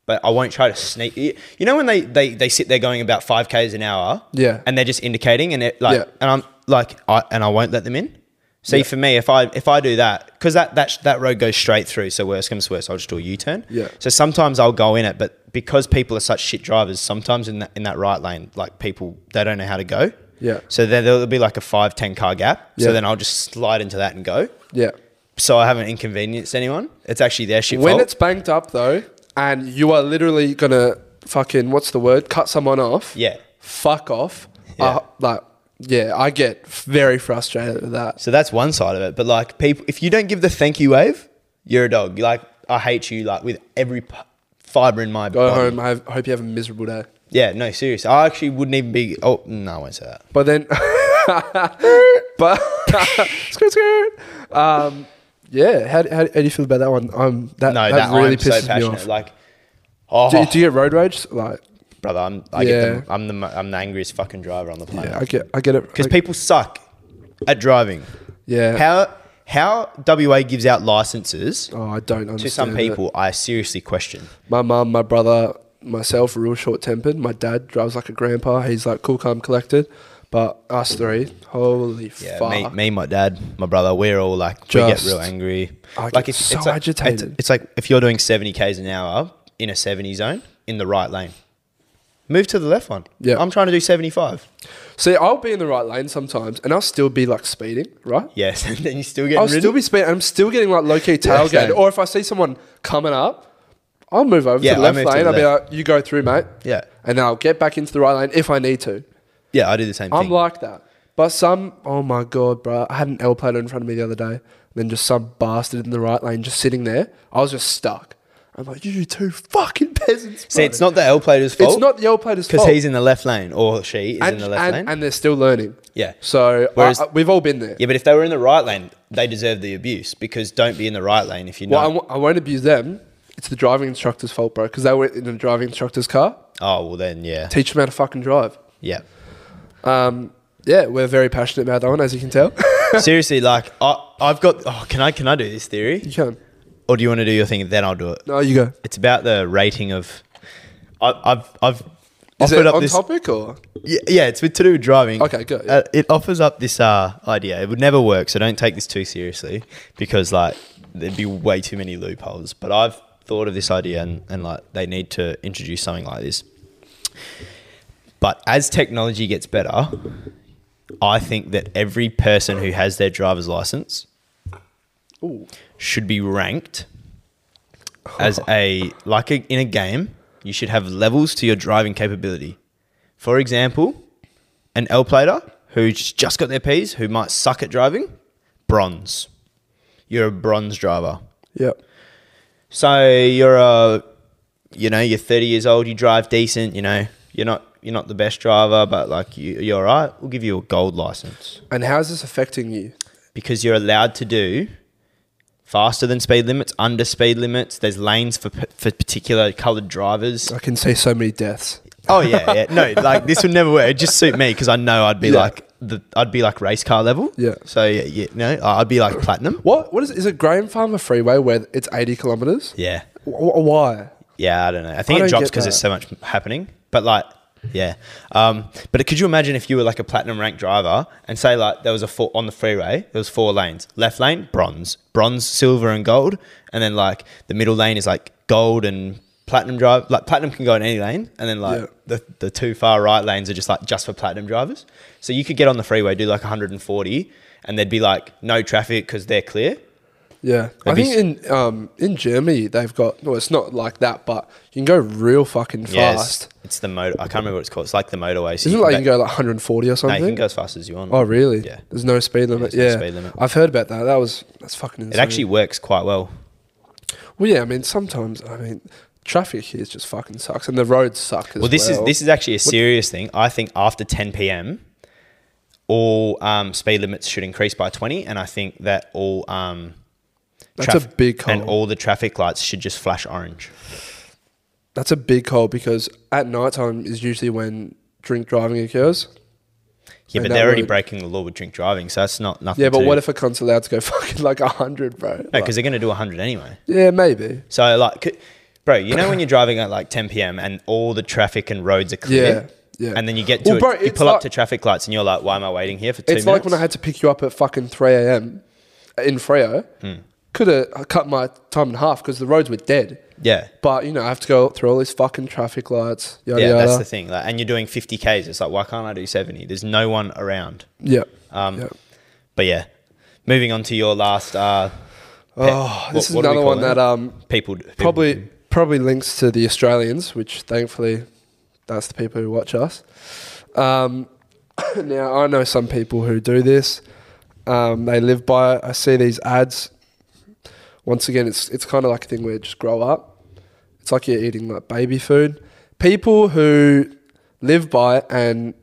Speaker 2: but I won't try to sneak. You know when they they, they sit there going about five k's an hour,
Speaker 1: Yeah.
Speaker 2: and they're just indicating, and it, like,
Speaker 1: Yeah.
Speaker 2: and I'm like, I and I won't let them in. See, for me, if I if I do that, because that that sh- that road goes straight through, so worst comes to worst, I'll just do a U turn.
Speaker 1: Yeah.
Speaker 2: So sometimes I'll go in it, but because people are such shit drivers, sometimes in that in that right lane, like people they don't know how to go.
Speaker 1: Yeah.
Speaker 2: So there there'll be like a five ten car gap.
Speaker 1: Yeah.
Speaker 2: So then I'll just slide into that and go
Speaker 1: Yeah.
Speaker 2: so I haven't inconvenienced anyone. It's actually their shit
Speaker 1: When
Speaker 2: fault.
Speaker 1: it's banked up though, and you are literally gonna fucking what's the word? Cut someone off.
Speaker 2: yeah.
Speaker 1: Fuck off.
Speaker 2: Yeah.
Speaker 1: Uh, like yeah, I get very frustrated at that.
Speaker 2: So that's one side of it. But like people, if you don't give the thank you wave, you're a dog. Like I hate you. Like with every p- fiber in my
Speaker 1: Go
Speaker 2: body.
Speaker 1: home. I have- I hope you have a miserable day. Yeah.
Speaker 2: Yeah. No. Seriously, I actually wouldn't even be. Oh no, I won't say that.
Speaker 1: But then, but skirt, skirt. Um, yeah. How, how, how do you feel about that one? Um, that,
Speaker 2: No,
Speaker 1: that,
Speaker 2: that,
Speaker 1: really
Speaker 2: I'm so
Speaker 1: pisses me
Speaker 2: passionate.
Speaker 1: off.
Speaker 2: Like, oh,
Speaker 1: do, you- do you get road rage? Like,
Speaker 2: brother, I'm. I
Speaker 1: Yeah.
Speaker 2: get the, I'm the. mo- I'm the angriest fucking driver on the planet.
Speaker 1: yeah, I get, I get it.
Speaker 2: Because
Speaker 1: I-
Speaker 2: people suck at driving.
Speaker 1: yeah.
Speaker 2: How how WA gives out licenses
Speaker 1: oh, I don't understand.
Speaker 2: to some
Speaker 1: it.
Speaker 2: people, I seriously question.
Speaker 1: My mum, my brother, myself, are real short tempered. My dad drives like a grandpa. He's like cool, calm, collected. But us three, holy
Speaker 2: Yeah,
Speaker 1: fuck.
Speaker 2: me, me, my dad, my brother, we're all like
Speaker 1: Just-
Speaker 2: we get real angry.
Speaker 1: I get
Speaker 2: if-
Speaker 1: so
Speaker 2: like,
Speaker 1: agitated.
Speaker 2: It's, it's like if you're doing seventy k's an hour in a seventy zone in the right lane, move to the left one.
Speaker 1: Yeah.
Speaker 2: I'm trying to do seventy five.
Speaker 1: See, I'll be in the right lane sometimes, and I'll still be like speeding, right?
Speaker 2: Yes, and then you still get.
Speaker 1: I'll still be speeding. I'm still getting like low key tailgated.
Speaker 2: same.
Speaker 1: or if I see someone coming up, I'll move over
Speaker 2: Yeah,
Speaker 1: to the
Speaker 2: I
Speaker 1: left
Speaker 2: move to
Speaker 1: lane.
Speaker 2: the
Speaker 1: I'll be
Speaker 2: left.
Speaker 1: like, you go through, mate.
Speaker 2: Yeah.
Speaker 1: And then I'll get back into the right lane if I need to.
Speaker 2: Yeah, I do the same
Speaker 1: I'm
Speaker 2: thing.
Speaker 1: like that. But some, oh my God, bro. I had an L plate in front of me the other day. Then just some bastard in the right lane just sitting there. I was just stuck. I'm like, you two fucking peasants.
Speaker 2: See,
Speaker 1: bro."
Speaker 2: it's not the L plater's fault.
Speaker 1: It's not the L plater's
Speaker 2: because
Speaker 1: fault.
Speaker 2: he's in the left lane or she is
Speaker 1: and,
Speaker 2: in the left
Speaker 1: and,
Speaker 2: lane.
Speaker 1: and they're still learning.
Speaker 2: Yeah.
Speaker 1: So I-
Speaker 2: Whereas-
Speaker 1: I- we've all been there.
Speaker 2: yeah, but if they were in the right lane, they deserve the abuse because don't be in the right lane if you know.
Speaker 1: Well, I w- I won't abuse them. It's the driving instructor's fault, bro, because they were in a driving instructor's car.
Speaker 2: oh well, then yeah,
Speaker 1: Teach them how to fucking drive.
Speaker 2: yeah.
Speaker 1: Um, yeah, we're very passionate about that one, as you can tell.
Speaker 2: Seriously, like I, I've got. Oh, can I can I do this theory,
Speaker 1: you can.
Speaker 2: or do you want to do your thing? Then I'll do it.
Speaker 1: No, you go.
Speaker 2: It's about the rating of. I, I've I've
Speaker 1: Is
Speaker 2: offered
Speaker 1: it
Speaker 2: up
Speaker 1: on
Speaker 2: this.
Speaker 1: topic or?
Speaker 2: Yeah, yeah, it's with to do with driving.
Speaker 1: Okay, good,
Speaker 2: Uh, it offers up this uh, idea. It would never work, so don't take this too seriously because like there'd be way too many loopholes. But I've thought of this idea, and, and like they need to introduce something like this. But as technology gets better, I think that every person who has their driver's license should be ranked as a like a, in a game. You should have levels to your driving capability. For example, an L plater who's just got their P's, who might suck at driving, bronze. You're a bronze driver.
Speaker 1: Yep.
Speaker 2: So you're a, you know, you're 30 years old. You drive decent. You know, you're not you're not the best driver, but like you, you're all right. We'll give you a gold license
Speaker 1: And how is this affecting you?
Speaker 2: because you're allowed to do faster than speed limits, under speed limits. There's lanes for p- for particular coloured drivers.
Speaker 1: I can see so many deaths.
Speaker 2: Oh yeah, yeah. No, like this would never work. It'd just suit me because I know I'd be
Speaker 1: Yeah.
Speaker 2: like the I'd be like race car level.
Speaker 1: Yeah.
Speaker 2: So yeah, yeah. No, I'd be like platinum.
Speaker 1: What? What is? Is it Graham Farmer Freeway where it's eighty kilometers?
Speaker 2: Yeah.
Speaker 1: Wh- wh- why?
Speaker 2: Yeah, I don't know. I think
Speaker 1: I
Speaker 2: it
Speaker 1: don't
Speaker 2: drops
Speaker 1: get
Speaker 2: because there's
Speaker 1: that.
Speaker 2: so much happening. But like, yeah. Um, but could you imagine if you were like a platinum ranked driver and say like there was a four on the freeway, there was four lanes: left lane, bronze, bronze, silver, and gold, and then like the middle lane is like gold and platinum drive. Like platinum can go in any lane, and then like
Speaker 1: Yeah.
Speaker 2: the the two far right lanes are just like just for platinum drivers. So you could get on the freeway, do like 140, and there'd be like no traffic because they're clear.
Speaker 1: Yeah, I
Speaker 2: That'd be
Speaker 1: think in um in Germany they've got. Well, it's not like that, but you can go real fucking fast.
Speaker 2: Yeah, it's, it's the motor. I can't remember what it's called. It's like the motorway. So
Speaker 1: Isn't it like you can
Speaker 2: ba-
Speaker 1: go like 140 or
Speaker 2: No,
Speaker 1: something?
Speaker 2: you can go as fast as you want.
Speaker 1: oh, really?
Speaker 2: Yeah.
Speaker 1: There's no speed limit.
Speaker 2: there's
Speaker 1: Yeah,
Speaker 2: no speed limit.
Speaker 1: I've heard about that. That was that's fucking
Speaker 2: It
Speaker 1: insane.
Speaker 2: actually works quite well.
Speaker 1: Well, yeah. I mean, sometimes I mean, traffic here is just fucking sucks, and the roads suck as well.
Speaker 2: Well, this is this is actually a serious thing. I think after 10 p.m., all um, speed limits should increase by 20, and I think that all um,
Speaker 1: That's a
Speaker 2: traf-
Speaker 1: big call.
Speaker 2: and all the traffic lights should just flash orange.
Speaker 1: That's a big call because at night time is usually when drink driving occurs.
Speaker 2: Yeah,
Speaker 1: And that
Speaker 2: but they're already
Speaker 1: would-
Speaker 2: breaking the law with drink driving, so that's not nothing.
Speaker 1: Yeah, but
Speaker 2: to-
Speaker 1: what if a cunt's allowed to go fucking like 100, bro?
Speaker 2: no?
Speaker 1: Like-
Speaker 2: Because they're going to do 100 anyway.
Speaker 1: yeah, maybe.
Speaker 2: So like, c- bro, you know when you're driving at like 10 p.m. and all the traffic and roads are clear.
Speaker 1: Yeah, yeah.
Speaker 2: And then you get to
Speaker 1: Well,
Speaker 2: a-
Speaker 1: bro,
Speaker 2: you
Speaker 1: it's
Speaker 2: pull up
Speaker 1: like-
Speaker 2: to traffic lights and you're like, why am I waiting here for two
Speaker 1: It's like
Speaker 2: minutes?
Speaker 1: when I had to pick you up at fucking 3 a.m. in Freo.
Speaker 2: Hmm.
Speaker 1: Could have cut my time in half because the roads were dead.
Speaker 2: yeah.
Speaker 1: But, you know, I have to go through all these fucking traffic lights. Yada,
Speaker 2: Yeah,
Speaker 1: yada.
Speaker 2: that's the thing. Like, and you're doing 50 k's. It's like, why can't I do 70? There's no one around.
Speaker 1: Yeah.
Speaker 2: Um,
Speaker 1: yeah.
Speaker 2: But yeah, moving on to your last. Uh,
Speaker 1: Oh, this
Speaker 2: is
Speaker 1: is another one that um,
Speaker 2: people people-
Speaker 1: probably probably links to the Australians, which thankfully that's the people who watch us. Um, now I know some people who do this. Um, they live by it. I see these ads. Once again, it's it's kind of like a thing where you just grow up. It's like you're eating like baby food. People who live by it and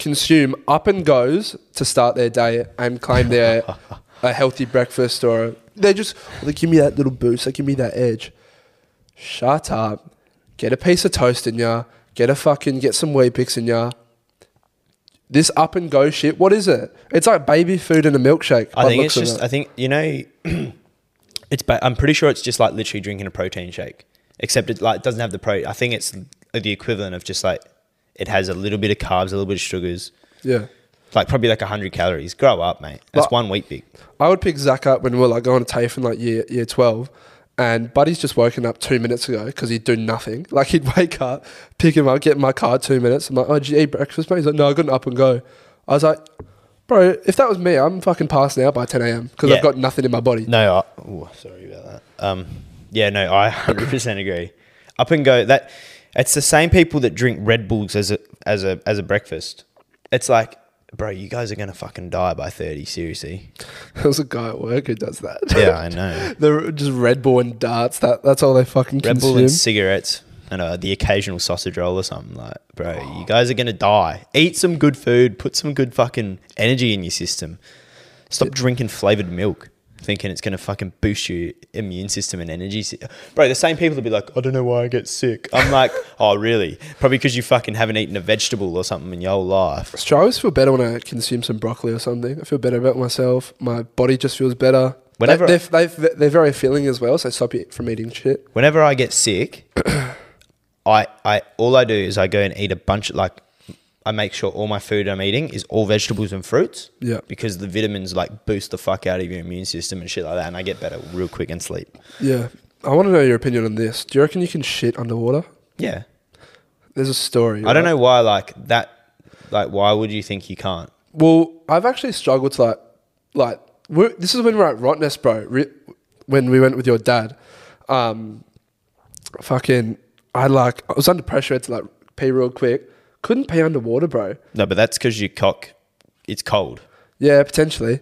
Speaker 1: consume up and goes to start their day and claim they're a healthy breakfast or they just "Oh, they give me that little boost, they give me that edge. Shut up. Get a piece of toast in ya. Get a fucking get some Weepix in ya. This up and go shit, what is it? It's like baby food and a milkshake.
Speaker 2: I
Speaker 1: by
Speaker 2: think
Speaker 1: looks
Speaker 2: it's
Speaker 1: of
Speaker 2: just.
Speaker 1: it.
Speaker 2: I think you know. it's. Ba- I'm pretty sure it's just like literally drinking a protein shake, except it like doesn't have the pro. I think it's the equivalent of just like it has a little bit of carbs, a little bit of sugars,
Speaker 1: yeah.
Speaker 2: like probably like 100 calories. Grow up, mate. That's
Speaker 1: But-
Speaker 2: one wheat big.
Speaker 1: I would pick Zach up when we were like going to TAFE in like year year twelve, and Buddy's just woken up two minutes ago because he'd do nothing. Like he'd wake up, pick him up, get in my car two minutes. I'm like, oh, did you eat breakfast, mate? He's like, no, I got an up and go. I was like, bro, if that was me, I'm fucking passing out by ten a.m. because
Speaker 2: Yeah.
Speaker 1: I've got nothing in my body.
Speaker 2: No, I, oh, sorry about that. Um, yeah, no, I 100% agree. Up and go. That it's the same people that drink Red Bulls as a as a as a breakfast. It's like, bro, you guys are gonna fucking die by 30. Seriously.
Speaker 1: There was a guy at work who does that.
Speaker 2: Yeah, I know.
Speaker 1: They're just Red Bull and darts. That that's all they fucking
Speaker 2: Red
Speaker 1: consume.
Speaker 2: Bull and cigarettes and uh, the occasional sausage roll or something like, bro, you guys are gonna die. Eat some good food. Put some good fucking energy in your system. Stop drinking flavored milk. thinking it's going to fucking boost your immune system and energy. sy- Bro, the same people will be like, I don't know why I get sick. I'm like, oh, really? Probably because you fucking haven't eaten a vegetable or something in your whole life.
Speaker 1: It's true. I always feel better when I consume some broccoli or something. I feel better about myself. My body just feels better.
Speaker 2: Whenever-
Speaker 1: they, they're, they're, they're very filling as well, so stop you from eating shit.
Speaker 2: whenever I get sick, I I all I do is I go and eat a bunch like I make sure all my food I'm eating is all vegetables and fruits.
Speaker 1: Yeah.
Speaker 2: Because the vitamins like boost the fuck out of your immune system and shit like that, and I get better real quick and sleep.
Speaker 1: Yeah. I want to know your opinion on this. Do you reckon you can shit underwater?
Speaker 2: Yeah.
Speaker 1: There's a story.
Speaker 2: I don't
Speaker 1: right?
Speaker 2: know why like that. Like, why would you think you can't?
Speaker 1: Well, I've actually struggled to like, like we're, this is when we we're at Rottnest, bro. Re- when we went with your dad, um, fucking, I like I was under pressure. I had to like pee real quick. Couldn't pee underwater, bro.
Speaker 2: No, but that's because your cock, it's cold.
Speaker 1: Yeah, potentially.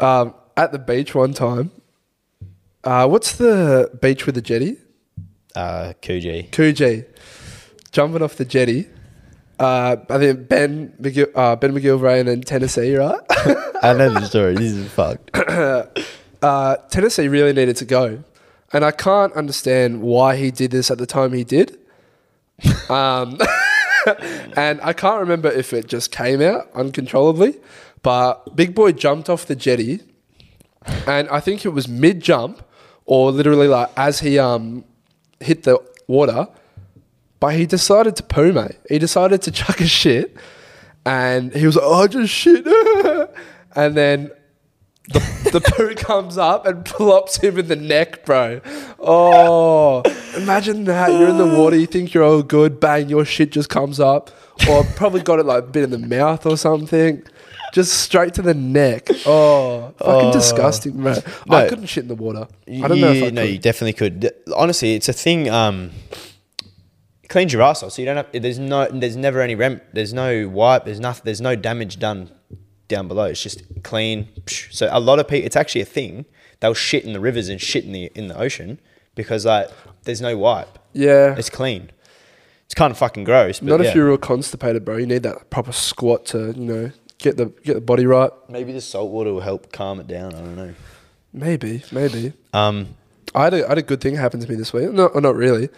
Speaker 1: Um, at the beach one time. Uh, what's the beach with the jetty?
Speaker 2: Uh, Coogee.
Speaker 1: Coogee. Jumping off the jetty. Uh, I think Ben McGill, uh, Ben McGilvray and then Tennessee, right?
Speaker 2: I know the story. This is fucked.
Speaker 1: uh, Tennessee really needed to go. And I can't understand why he did this at the time he did. Um, and I can't remember if it just came out uncontrollably, but Big Boy jumped off the jetty. And I think it was mid jump or literally like as he um, hit the water, but he decided to poo, mate. He decided to chuck a shit. And he was like, oh, I just shit. and then the poo comes up and plops him in the neck, bro. Oh, imagine that. You're in the water, you think you're all good, bang, your shit just comes up. Or probably got it like a bit in the mouth or something. Just straight to the neck. Oh, fucking disgusting, bro. I
Speaker 2: No.
Speaker 1: couldn't shit in the water. I don't know if
Speaker 2: You-
Speaker 1: I
Speaker 2: no,
Speaker 1: could.
Speaker 2: you definitely could. D- Honestly, it's a thing. Um, it cleans your ass off, so you don't have. There's no. There's never any rem. There's no wipe. There's nothing. There's no damage done down below. It's just clean. psh. So a lot of people. It's actually a thing. They'll shit in the rivers and shit in the in the ocean because like there's no wipe.
Speaker 1: yeah.
Speaker 2: It's clean. It's kind of fucking gross. But
Speaker 1: Not
Speaker 2: yeah.
Speaker 1: if you're real constipated, bro. You need that proper squat to, you know, get the get the body right.
Speaker 2: Maybe the salt water will help calm it down. I don't know.
Speaker 1: Maybe, maybe.
Speaker 2: Um,
Speaker 1: I had a, I had a good thing happen to me this week. No, oh, not really.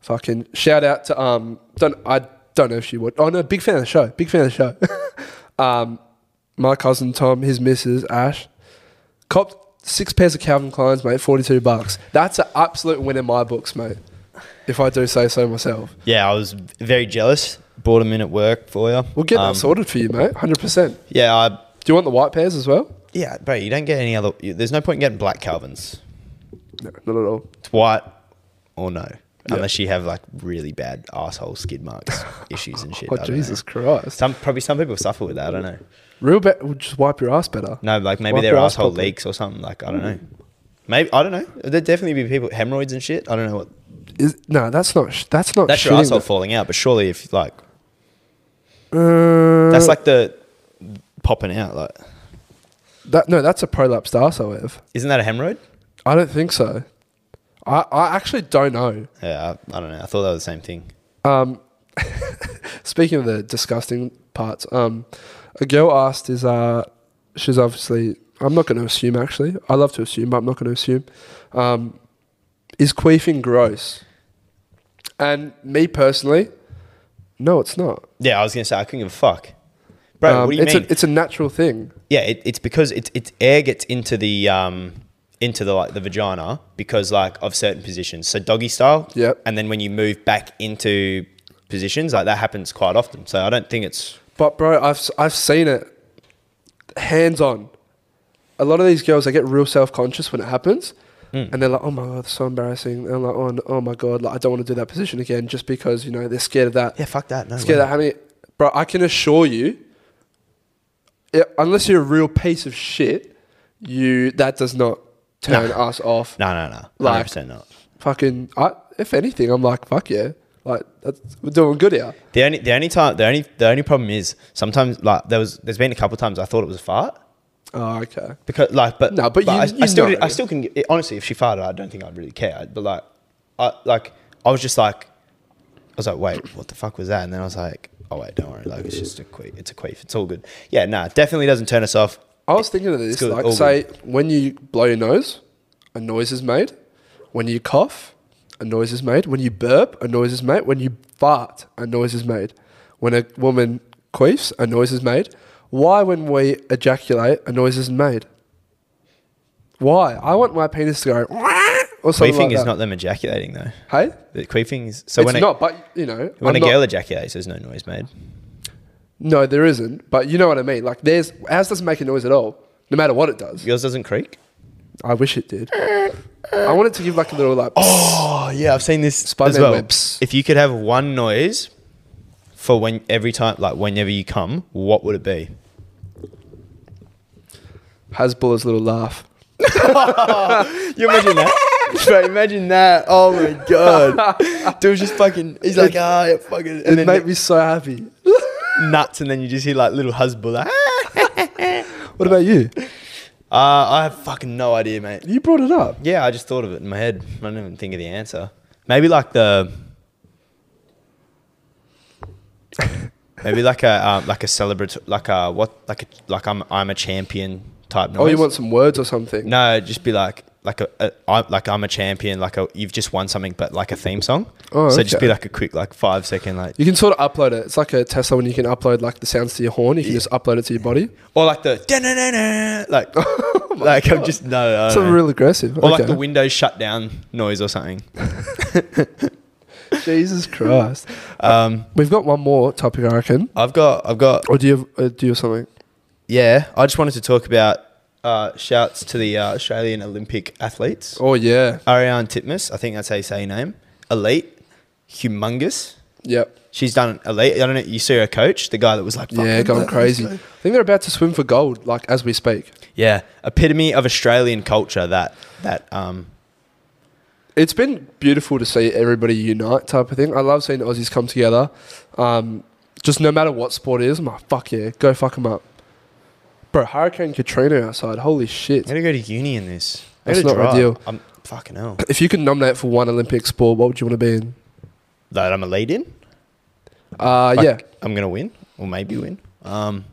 Speaker 1: Fucking shout out to um. Don't I don't know if she would. Oh no, big fan of the show. Big fan of the show. um, my cousin Tom, his missus Ash, copped six pairs of Calvin Kleins, mate. Forty two bucks. That's an absolute win in my books, mate. If I do say so myself.
Speaker 2: yeah, I was very jealous. Bought them in at work for you.
Speaker 1: We'll get
Speaker 2: Um,
Speaker 1: that sorted for you, mate. Hundred percent.
Speaker 2: Yeah, I
Speaker 1: Do you want the white pairs as well?
Speaker 2: Yeah, bro, you don't get any other. you- There's no point in getting black Calvins.
Speaker 1: No, not at all.
Speaker 2: It's white or no, unless you have like really bad asshole skid marks issues and shit. I
Speaker 1: Oh
Speaker 2: don't know.
Speaker 1: Jesus Christ!
Speaker 2: Some probably some people suffer with that. I don't know.
Speaker 1: Real bet would just wipe your ass better.
Speaker 2: No, like maybe
Speaker 1: Wipe
Speaker 2: their
Speaker 1: your ass
Speaker 2: asshole
Speaker 1: properly.
Speaker 2: leaks or something. Like I don't know. Maybe I don't know. There'd definitely be people hemorrhoids and shit. I don't know what.
Speaker 1: Is, no, that's not. sh- That's not.
Speaker 2: That's your
Speaker 1: shitting
Speaker 2: asshole
Speaker 1: the-
Speaker 2: falling out. But surely if like
Speaker 1: Uh,
Speaker 2: that's like the popping out. Like
Speaker 1: That no, that's a prolapsed arsehole, Ev.
Speaker 2: isn't that a hemorrhoid?
Speaker 1: I don't think so. I, I actually don't know.
Speaker 2: Yeah, I, I don't know. I thought that was the same thing.
Speaker 1: Um, speaking of the disgusting parts, um, a girl asked is uh, she's obviously I'm not going to assume actually. I love to assume, but I'm not going to assume. Um, is queefing gross? And me personally, no, it's not.
Speaker 2: Yeah, I was gonna say I couldn't give a fuck, bro.
Speaker 1: Um,
Speaker 2: what do you
Speaker 1: it's
Speaker 2: mean?
Speaker 1: A, it's a natural thing.
Speaker 2: Yeah, it, it's because it's it's air gets into the um into the like the vagina because like of certain positions. So doggy style.
Speaker 1: Yep.
Speaker 2: And then when you move back into positions like that happens quite often. So I don't think it's
Speaker 1: But bro, I've I've seen it hands on. A lot of these girls, they get real self conscious when it happens, and they're like, "Oh my god, it's so embarrassing." And I'm like, "Oh, no, oh my god, like I don't want to do that position again," just because you know they're scared of that.
Speaker 2: yeah. Fuck that. No.
Speaker 1: scared of having it, bro. I can assure you, yeah, unless you're a real piece of shit, you that does not turn us off.
Speaker 2: No, no, no. Hundred
Speaker 1: Like-
Speaker 2: percent not.
Speaker 1: Fucking, I, if anything, I'm like, fuck yeah, like that's, we're doing good here.
Speaker 2: The only the only time the only the only problem is sometimes like there was there's been a couple times I thought it was a fart.
Speaker 1: Oh, okay.
Speaker 2: Because like, but
Speaker 1: No, but you-
Speaker 2: I,
Speaker 1: you
Speaker 2: I still,
Speaker 1: know.
Speaker 2: did- I still can. It, honestly, if she farted, I don't think I'd really care. But like, I like, I was just like, I was like, wait, what the fuck was that? And then I was like, oh wait, don't worry, like it's just a queef. It's a queef. It's all good. Yeah, nah, definitely doesn't turn us off.
Speaker 1: I was thinking of this.
Speaker 2: good, all
Speaker 1: Like,
Speaker 2: good.
Speaker 1: say, when you blow your nose, a noise is made. When you cough, a noise is made. When you burp, a noise is made. When you fart, a noise is made. When a woman queefs, a noise is made. Why, when we ejaculate, a noise isn't made? Why? I want my penis to go or something
Speaker 2: Queefing
Speaker 1: like
Speaker 2: is
Speaker 1: that.
Speaker 2: not them ejaculating though.
Speaker 1: Hey,
Speaker 2: The queefing is so
Speaker 1: it's
Speaker 2: when a,
Speaker 1: not. but you know,
Speaker 2: when
Speaker 1: I'm
Speaker 2: a
Speaker 1: not-
Speaker 2: girl ejaculates, there's no noise made.
Speaker 1: No, there isn't. But you know what I mean. Like, there's ours doesn't make a noise at all, no matter what it does.
Speaker 2: Yours doesn't creak.
Speaker 1: I wish it did. I wanted to give like a little like.
Speaker 2: Oh yeah, I've seen this
Speaker 1: Spider-Man
Speaker 2: as well.
Speaker 1: webs.
Speaker 2: If you could have one noise for when every time, like whenever you come, what would it be?
Speaker 1: Hasbullah's little laugh.
Speaker 2: You imagine that? Bro, imagine that. Oh my god. Dude just fucking he's like, ah yeah, fucking and
Speaker 1: It made me so happy.
Speaker 2: nuts and then you just hear like "Ah." little husband.
Speaker 1: What about you?
Speaker 2: uh, I have fucking no idea, mate.
Speaker 1: You brought it up.
Speaker 2: Yeah, I just thought of it in my head. I didn't even think of the answer. Maybe like the maybe like a um, like a celebratory like a what like a like I'm I'm a champion type noise.
Speaker 1: Oh, you want some words or something?
Speaker 2: No, just be like like a, a I, like I'm a champion. Like a you've just won something, but like a theme song.
Speaker 1: Oh,
Speaker 2: so just
Speaker 1: okay.
Speaker 2: be like a quick like five second like
Speaker 1: You can sort of upload it. It's like a Tesla when you can upload like the sounds to your horn. You can just upload it to your body.
Speaker 2: or like the da-na-na-na, like
Speaker 1: Oh
Speaker 2: like I'm just no. no,
Speaker 1: It's
Speaker 2: no.
Speaker 1: real aggressive.
Speaker 2: or like
Speaker 1: Okay.
Speaker 2: the windows shut down noise or something.
Speaker 1: Jesus Christ.
Speaker 2: Um,
Speaker 1: We've got one more topic, I reckon.
Speaker 2: I've got I've got
Speaker 1: Or do you have, uh, do you have something?
Speaker 2: Yeah, I just wanted to talk about uh, shouts to the uh, Australian Olympic athletes.
Speaker 1: Oh yeah.
Speaker 2: Ariane Titmus, I think that's how you say her name. Elite, humongous.
Speaker 1: Yep.
Speaker 2: She's done elite. I don't know. You see her coach, the guy that was like,
Speaker 1: Yeah,
Speaker 2: "Fucking
Speaker 1: going
Speaker 2: let's
Speaker 1: crazy. I
Speaker 2: go."
Speaker 1: think they're about to swim for gold, like as we speak.
Speaker 2: Yeah, epitome of Australian culture. That that um,
Speaker 1: it's been beautiful to see everybody unite type of thing. I love seeing Aussies come together. Um, just no matter what sport it is, I'm like, fuck yeah, go fuck them up. Bro, Hurricane Katrina outside, holy shit.
Speaker 2: I'm gonna go to uni in this. I
Speaker 1: That's
Speaker 2: gotta
Speaker 1: not
Speaker 2: drive.
Speaker 1: ideal.
Speaker 2: I'm fucking hell.
Speaker 1: If you could nominate for one Olympic sport, what would you want to be in?
Speaker 2: That I'm a lead in.
Speaker 1: Uh,
Speaker 2: Like,
Speaker 1: yeah,
Speaker 2: I'm gonna win or maybe win. Um,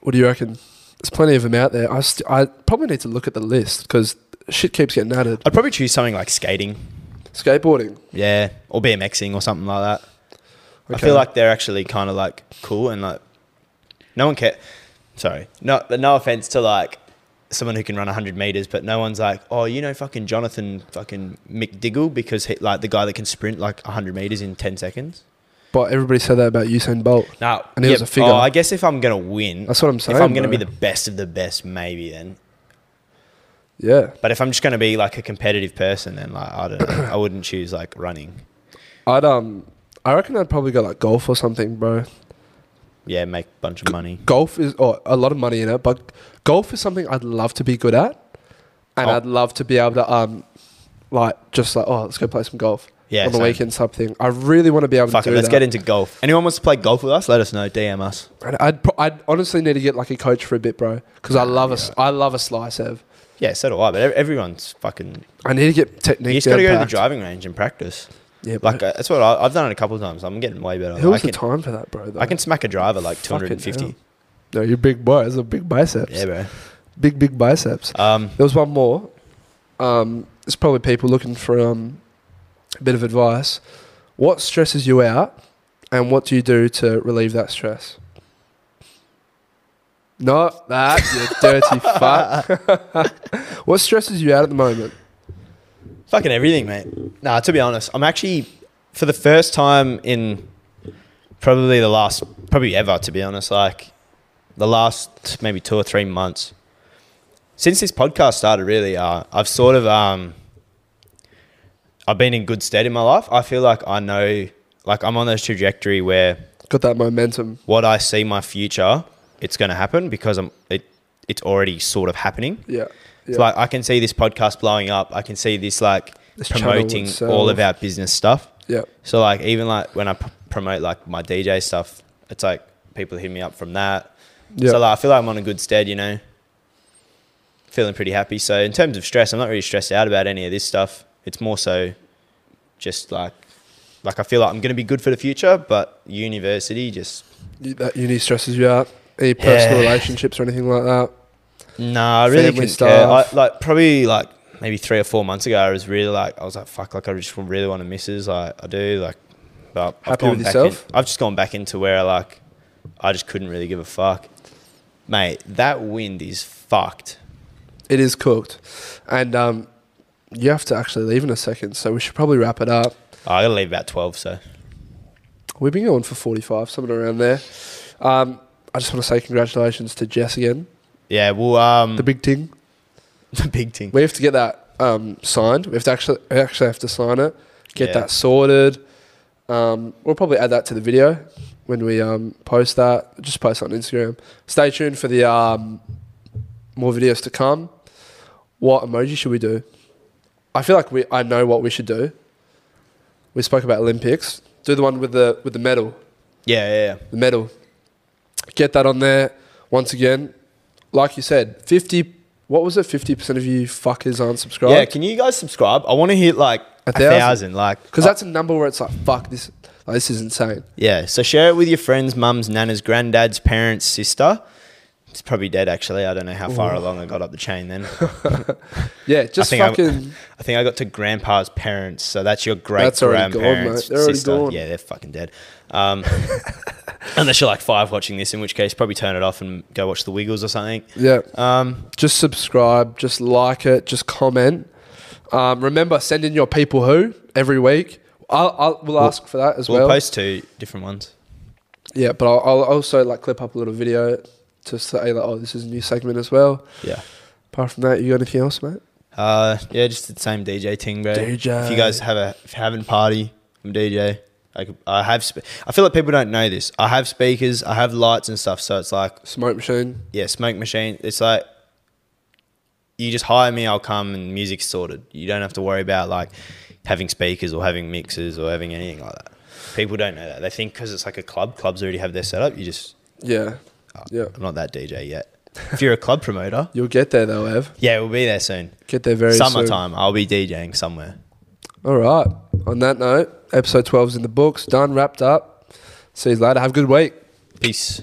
Speaker 1: what do you reckon? There's plenty of them out there. I, st- I probably need to look at the list because shit keeps getting added.
Speaker 2: I'd probably choose something like skating.
Speaker 1: Skateboarding.
Speaker 2: Yeah, or BMXing or something like that. I
Speaker 1: Okay.
Speaker 2: feel like they're actually kind of like cool and like no one care. Sorry, no, no offense to like someone who can run hundred meters, but no one's like, oh, you know, fucking Jonathan, fucking McDiggle, because he, like the guy that can sprint like hundred meters in ten seconds.
Speaker 1: But everybody said that about Usain Bolt.
Speaker 2: No,
Speaker 1: And he was a figure.
Speaker 2: Oh, I guess if I'm gonna win,
Speaker 1: That's what I'm
Speaker 2: If I'm
Speaker 1: saying,
Speaker 2: gonna be
Speaker 1: bro.
Speaker 2: the best of the best, maybe then.
Speaker 1: Yeah.
Speaker 2: But if I'm just gonna be like a competitive person, then like I don't know, I wouldn't choose like running.
Speaker 1: I'd, um, I reckon I'd probably go like golf or something, bro.
Speaker 2: Yeah, make a bunch of money.
Speaker 1: golf is or a lot of money in it, but golf is something I'd love to be good at, and
Speaker 2: Oh.
Speaker 1: I'd love to be able to um, like just like oh let's go play some golf
Speaker 2: Yeah,
Speaker 1: on the
Speaker 2: same.
Speaker 1: weekend something. I really want to be able
Speaker 2: Fuck
Speaker 1: to
Speaker 2: it,
Speaker 1: do
Speaker 2: let's
Speaker 1: that.
Speaker 2: get into golf. Anyone wants to play golf with us? Let us know. DM us.
Speaker 1: And I'd pro- I'd honestly need to get like a coach for a bit, bro, because I love a s I love a slice of.
Speaker 2: Yeah, so do I. But ev- everyone's fucking.
Speaker 1: I need to get technique.
Speaker 2: You just got to
Speaker 1: down
Speaker 2: go to the
Speaker 1: packed.
Speaker 2: driving range and practice.
Speaker 1: Yeah,
Speaker 2: Like
Speaker 1: like
Speaker 2: uh, that's what I, I've done it a couple of times. I'm getting way better.
Speaker 1: who
Speaker 2: I
Speaker 1: was
Speaker 2: can,
Speaker 1: the time for that, bro? Though?
Speaker 2: I can smack a driver like
Speaker 1: Fucking
Speaker 2: 250.
Speaker 1: No, you're a big boy. It's a big biceps.
Speaker 2: Yeah, bro.
Speaker 1: Big big biceps.
Speaker 2: Um,
Speaker 1: There was one more. Um, it's probably people looking for um, a bit of advice. What stresses you out, and what do you do to relieve that stress? Not that, you dirty fuck. what stresses you out at the moment?
Speaker 2: fucking everything, mate. Nah, to be honest, I'm actually for the first time in probably the last, probably ever, to be honest, like the last maybe two or three months since this podcast started. Really, uh, I've sort of um, I've been in good stead in my life. I feel like I know, like I'm on this trajectory where
Speaker 1: Got that momentum.
Speaker 2: what I see my future, it's going to happen because I'm it. It's already sort of happening.
Speaker 1: Yeah. yeah.
Speaker 2: So like I can see this podcast blowing up. I can see this like
Speaker 1: This channel
Speaker 2: promoting
Speaker 1: itself.
Speaker 2: all of our business stuff.
Speaker 1: yeah.
Speaker 2: So like even like when I p- promote like my DJ stuff, it's like people hit me up from that.
Speaker 1: Yeah.
Speaker 2: So like I feel like I'm on a good stead, you know. Feeling pretty happy. So in terms of stress, I'm not really stressed out about any of this stuff. It's more so just like like I feel like I'm going to be good for the future, but university just
Speaker 1: You- that uni stresses you out. any personal
Speaker 2: Yeah.
Speaker 1: relationships or anything like that?
Speaker 2: No, I really
Speaker 1: Family
Speaker 2: couldn't care. I,
Speaker 1: stuff.
Speaker 2: like probably like maybe three or four months ago, I was really like I was like fuck, like I just really want to missus. Like I do like, but I've
Speaker 1: Happy
Speaker 2: gone
Speaker 1: with
Speaker 2: back
Speaker 1: yourself?
Speaker 2: In, I've just gone back into where like I just couldn't really give a fuck, mate. That wind is fucked.
Speaker 1: It is cooked, and um, you have to actually leave in a second, so we should probably wrap it up.
Speaker 2: I gotta leave about twelve, so
Speaker 1: We've been going for forty-five, something around there. Um, I just want to say congratulations to Jess again,
Speaker 2: yeah. Well, um,
Speaker 1: the big ting.
Speaker 2: the big thing.
Speaker 1: We have to get that um, signed. We have to actually we actually have to sign it, get
Speaker 2: Yeah.
Speaker 1: that sorted. Um, we'll probably add that to the video when we um, post that. Just post on Instagram. Stay tuned for the um, more videos to come. What emoji should we do? I feel like we I know what we should do. We spoke about Olympics. Do the one with the with the medal
Speaker 2: Yeah, yeah, yeah.
Speaker 1: the medal. Get that on there. Once again, like you said, 50, what was it? 50% of you fuckers aren't
Speaker 2: Yeah,
Speaker 1: subscribed.
Speaker 2: can you guys subscribe? I want to hit like a,
Speaker 1: thousand.
Speaker 2: thousand. like
Speaker 1: Because
Speaker 2: uh,
Speaker 1: that's a number where it's like, fuck, this, like, this is insane.
Speaker 2: yeah. So share it with your friends, mums, nanas, granddads, parents, sister. It's probably dead actually. I don't know how far along I got up the chain then.
Speaker 1: Yeah, just
Speaker 2: think I-
Speaker 1: fucking.
Speaker 2: I think I got to grandpa's parents, so that's your great
Speaker 1: That's already gone,
Speaker 2: grandparents.
Speaker 1: mate. They're already gone.
Speaker 2: Yeah, they're fucking dead. Um, unless you're like five watching this, in which case probably turn it off and go watch The Wiggles or something.
Speaker 1: yeah.
Speaker 2: Um,
Speaker 1: just subscribe, just like it, just comment. Um, remember, send in your people who every week. I'll, I'll, we'll ask for that as
Speaker 2: we'll
Speaker 1: well.
Speaker 2: post two different ones.
Speaker 1: Yeah, but I'll, I'll also like clip up a little video to say like, oh, this is a new segment as well.
Speaker 2: Yeah.
Speaker 1: Apart from that, you got anything else, mate?
Speaker 2: Uh, yeah, just the same DJ thing, bro.
Speaker 1: DJ.
Speaker 2: If you guys have a if you're having a party, I'm DJ. I, could, I have. Spe- I feel like people don't know this. I have speakers. I have lights and stuff. So it's like
Speaker 1: Smoke machine.
Speaker 2: yeah, smoke machine. It's like you just hire me, I'll come, and music's sorted. You don't have to worry about like having speakers or having mixers or having anything like that. People don't know that. They think because it's like a club, clubs already have their setup. You just
Speaker 1: Yeah.
Speaker 2: Uh,
Speaker 1: Yeah.
Speaker 2: I'm not that DJ yet. If you're a club promoter,
Speaker 1: You'll get there though, Ev.
Speaker 2: yeah, we'll be there soon.
Speaker 1: Get there very soon.
Speaker 2: Summertime, I'll be DJing somewhere.
Speaker 1: All right. On that note, episode 12 is in the books. Done, wrapped up. See you later. Have a good week.
Speaker 2: Peace.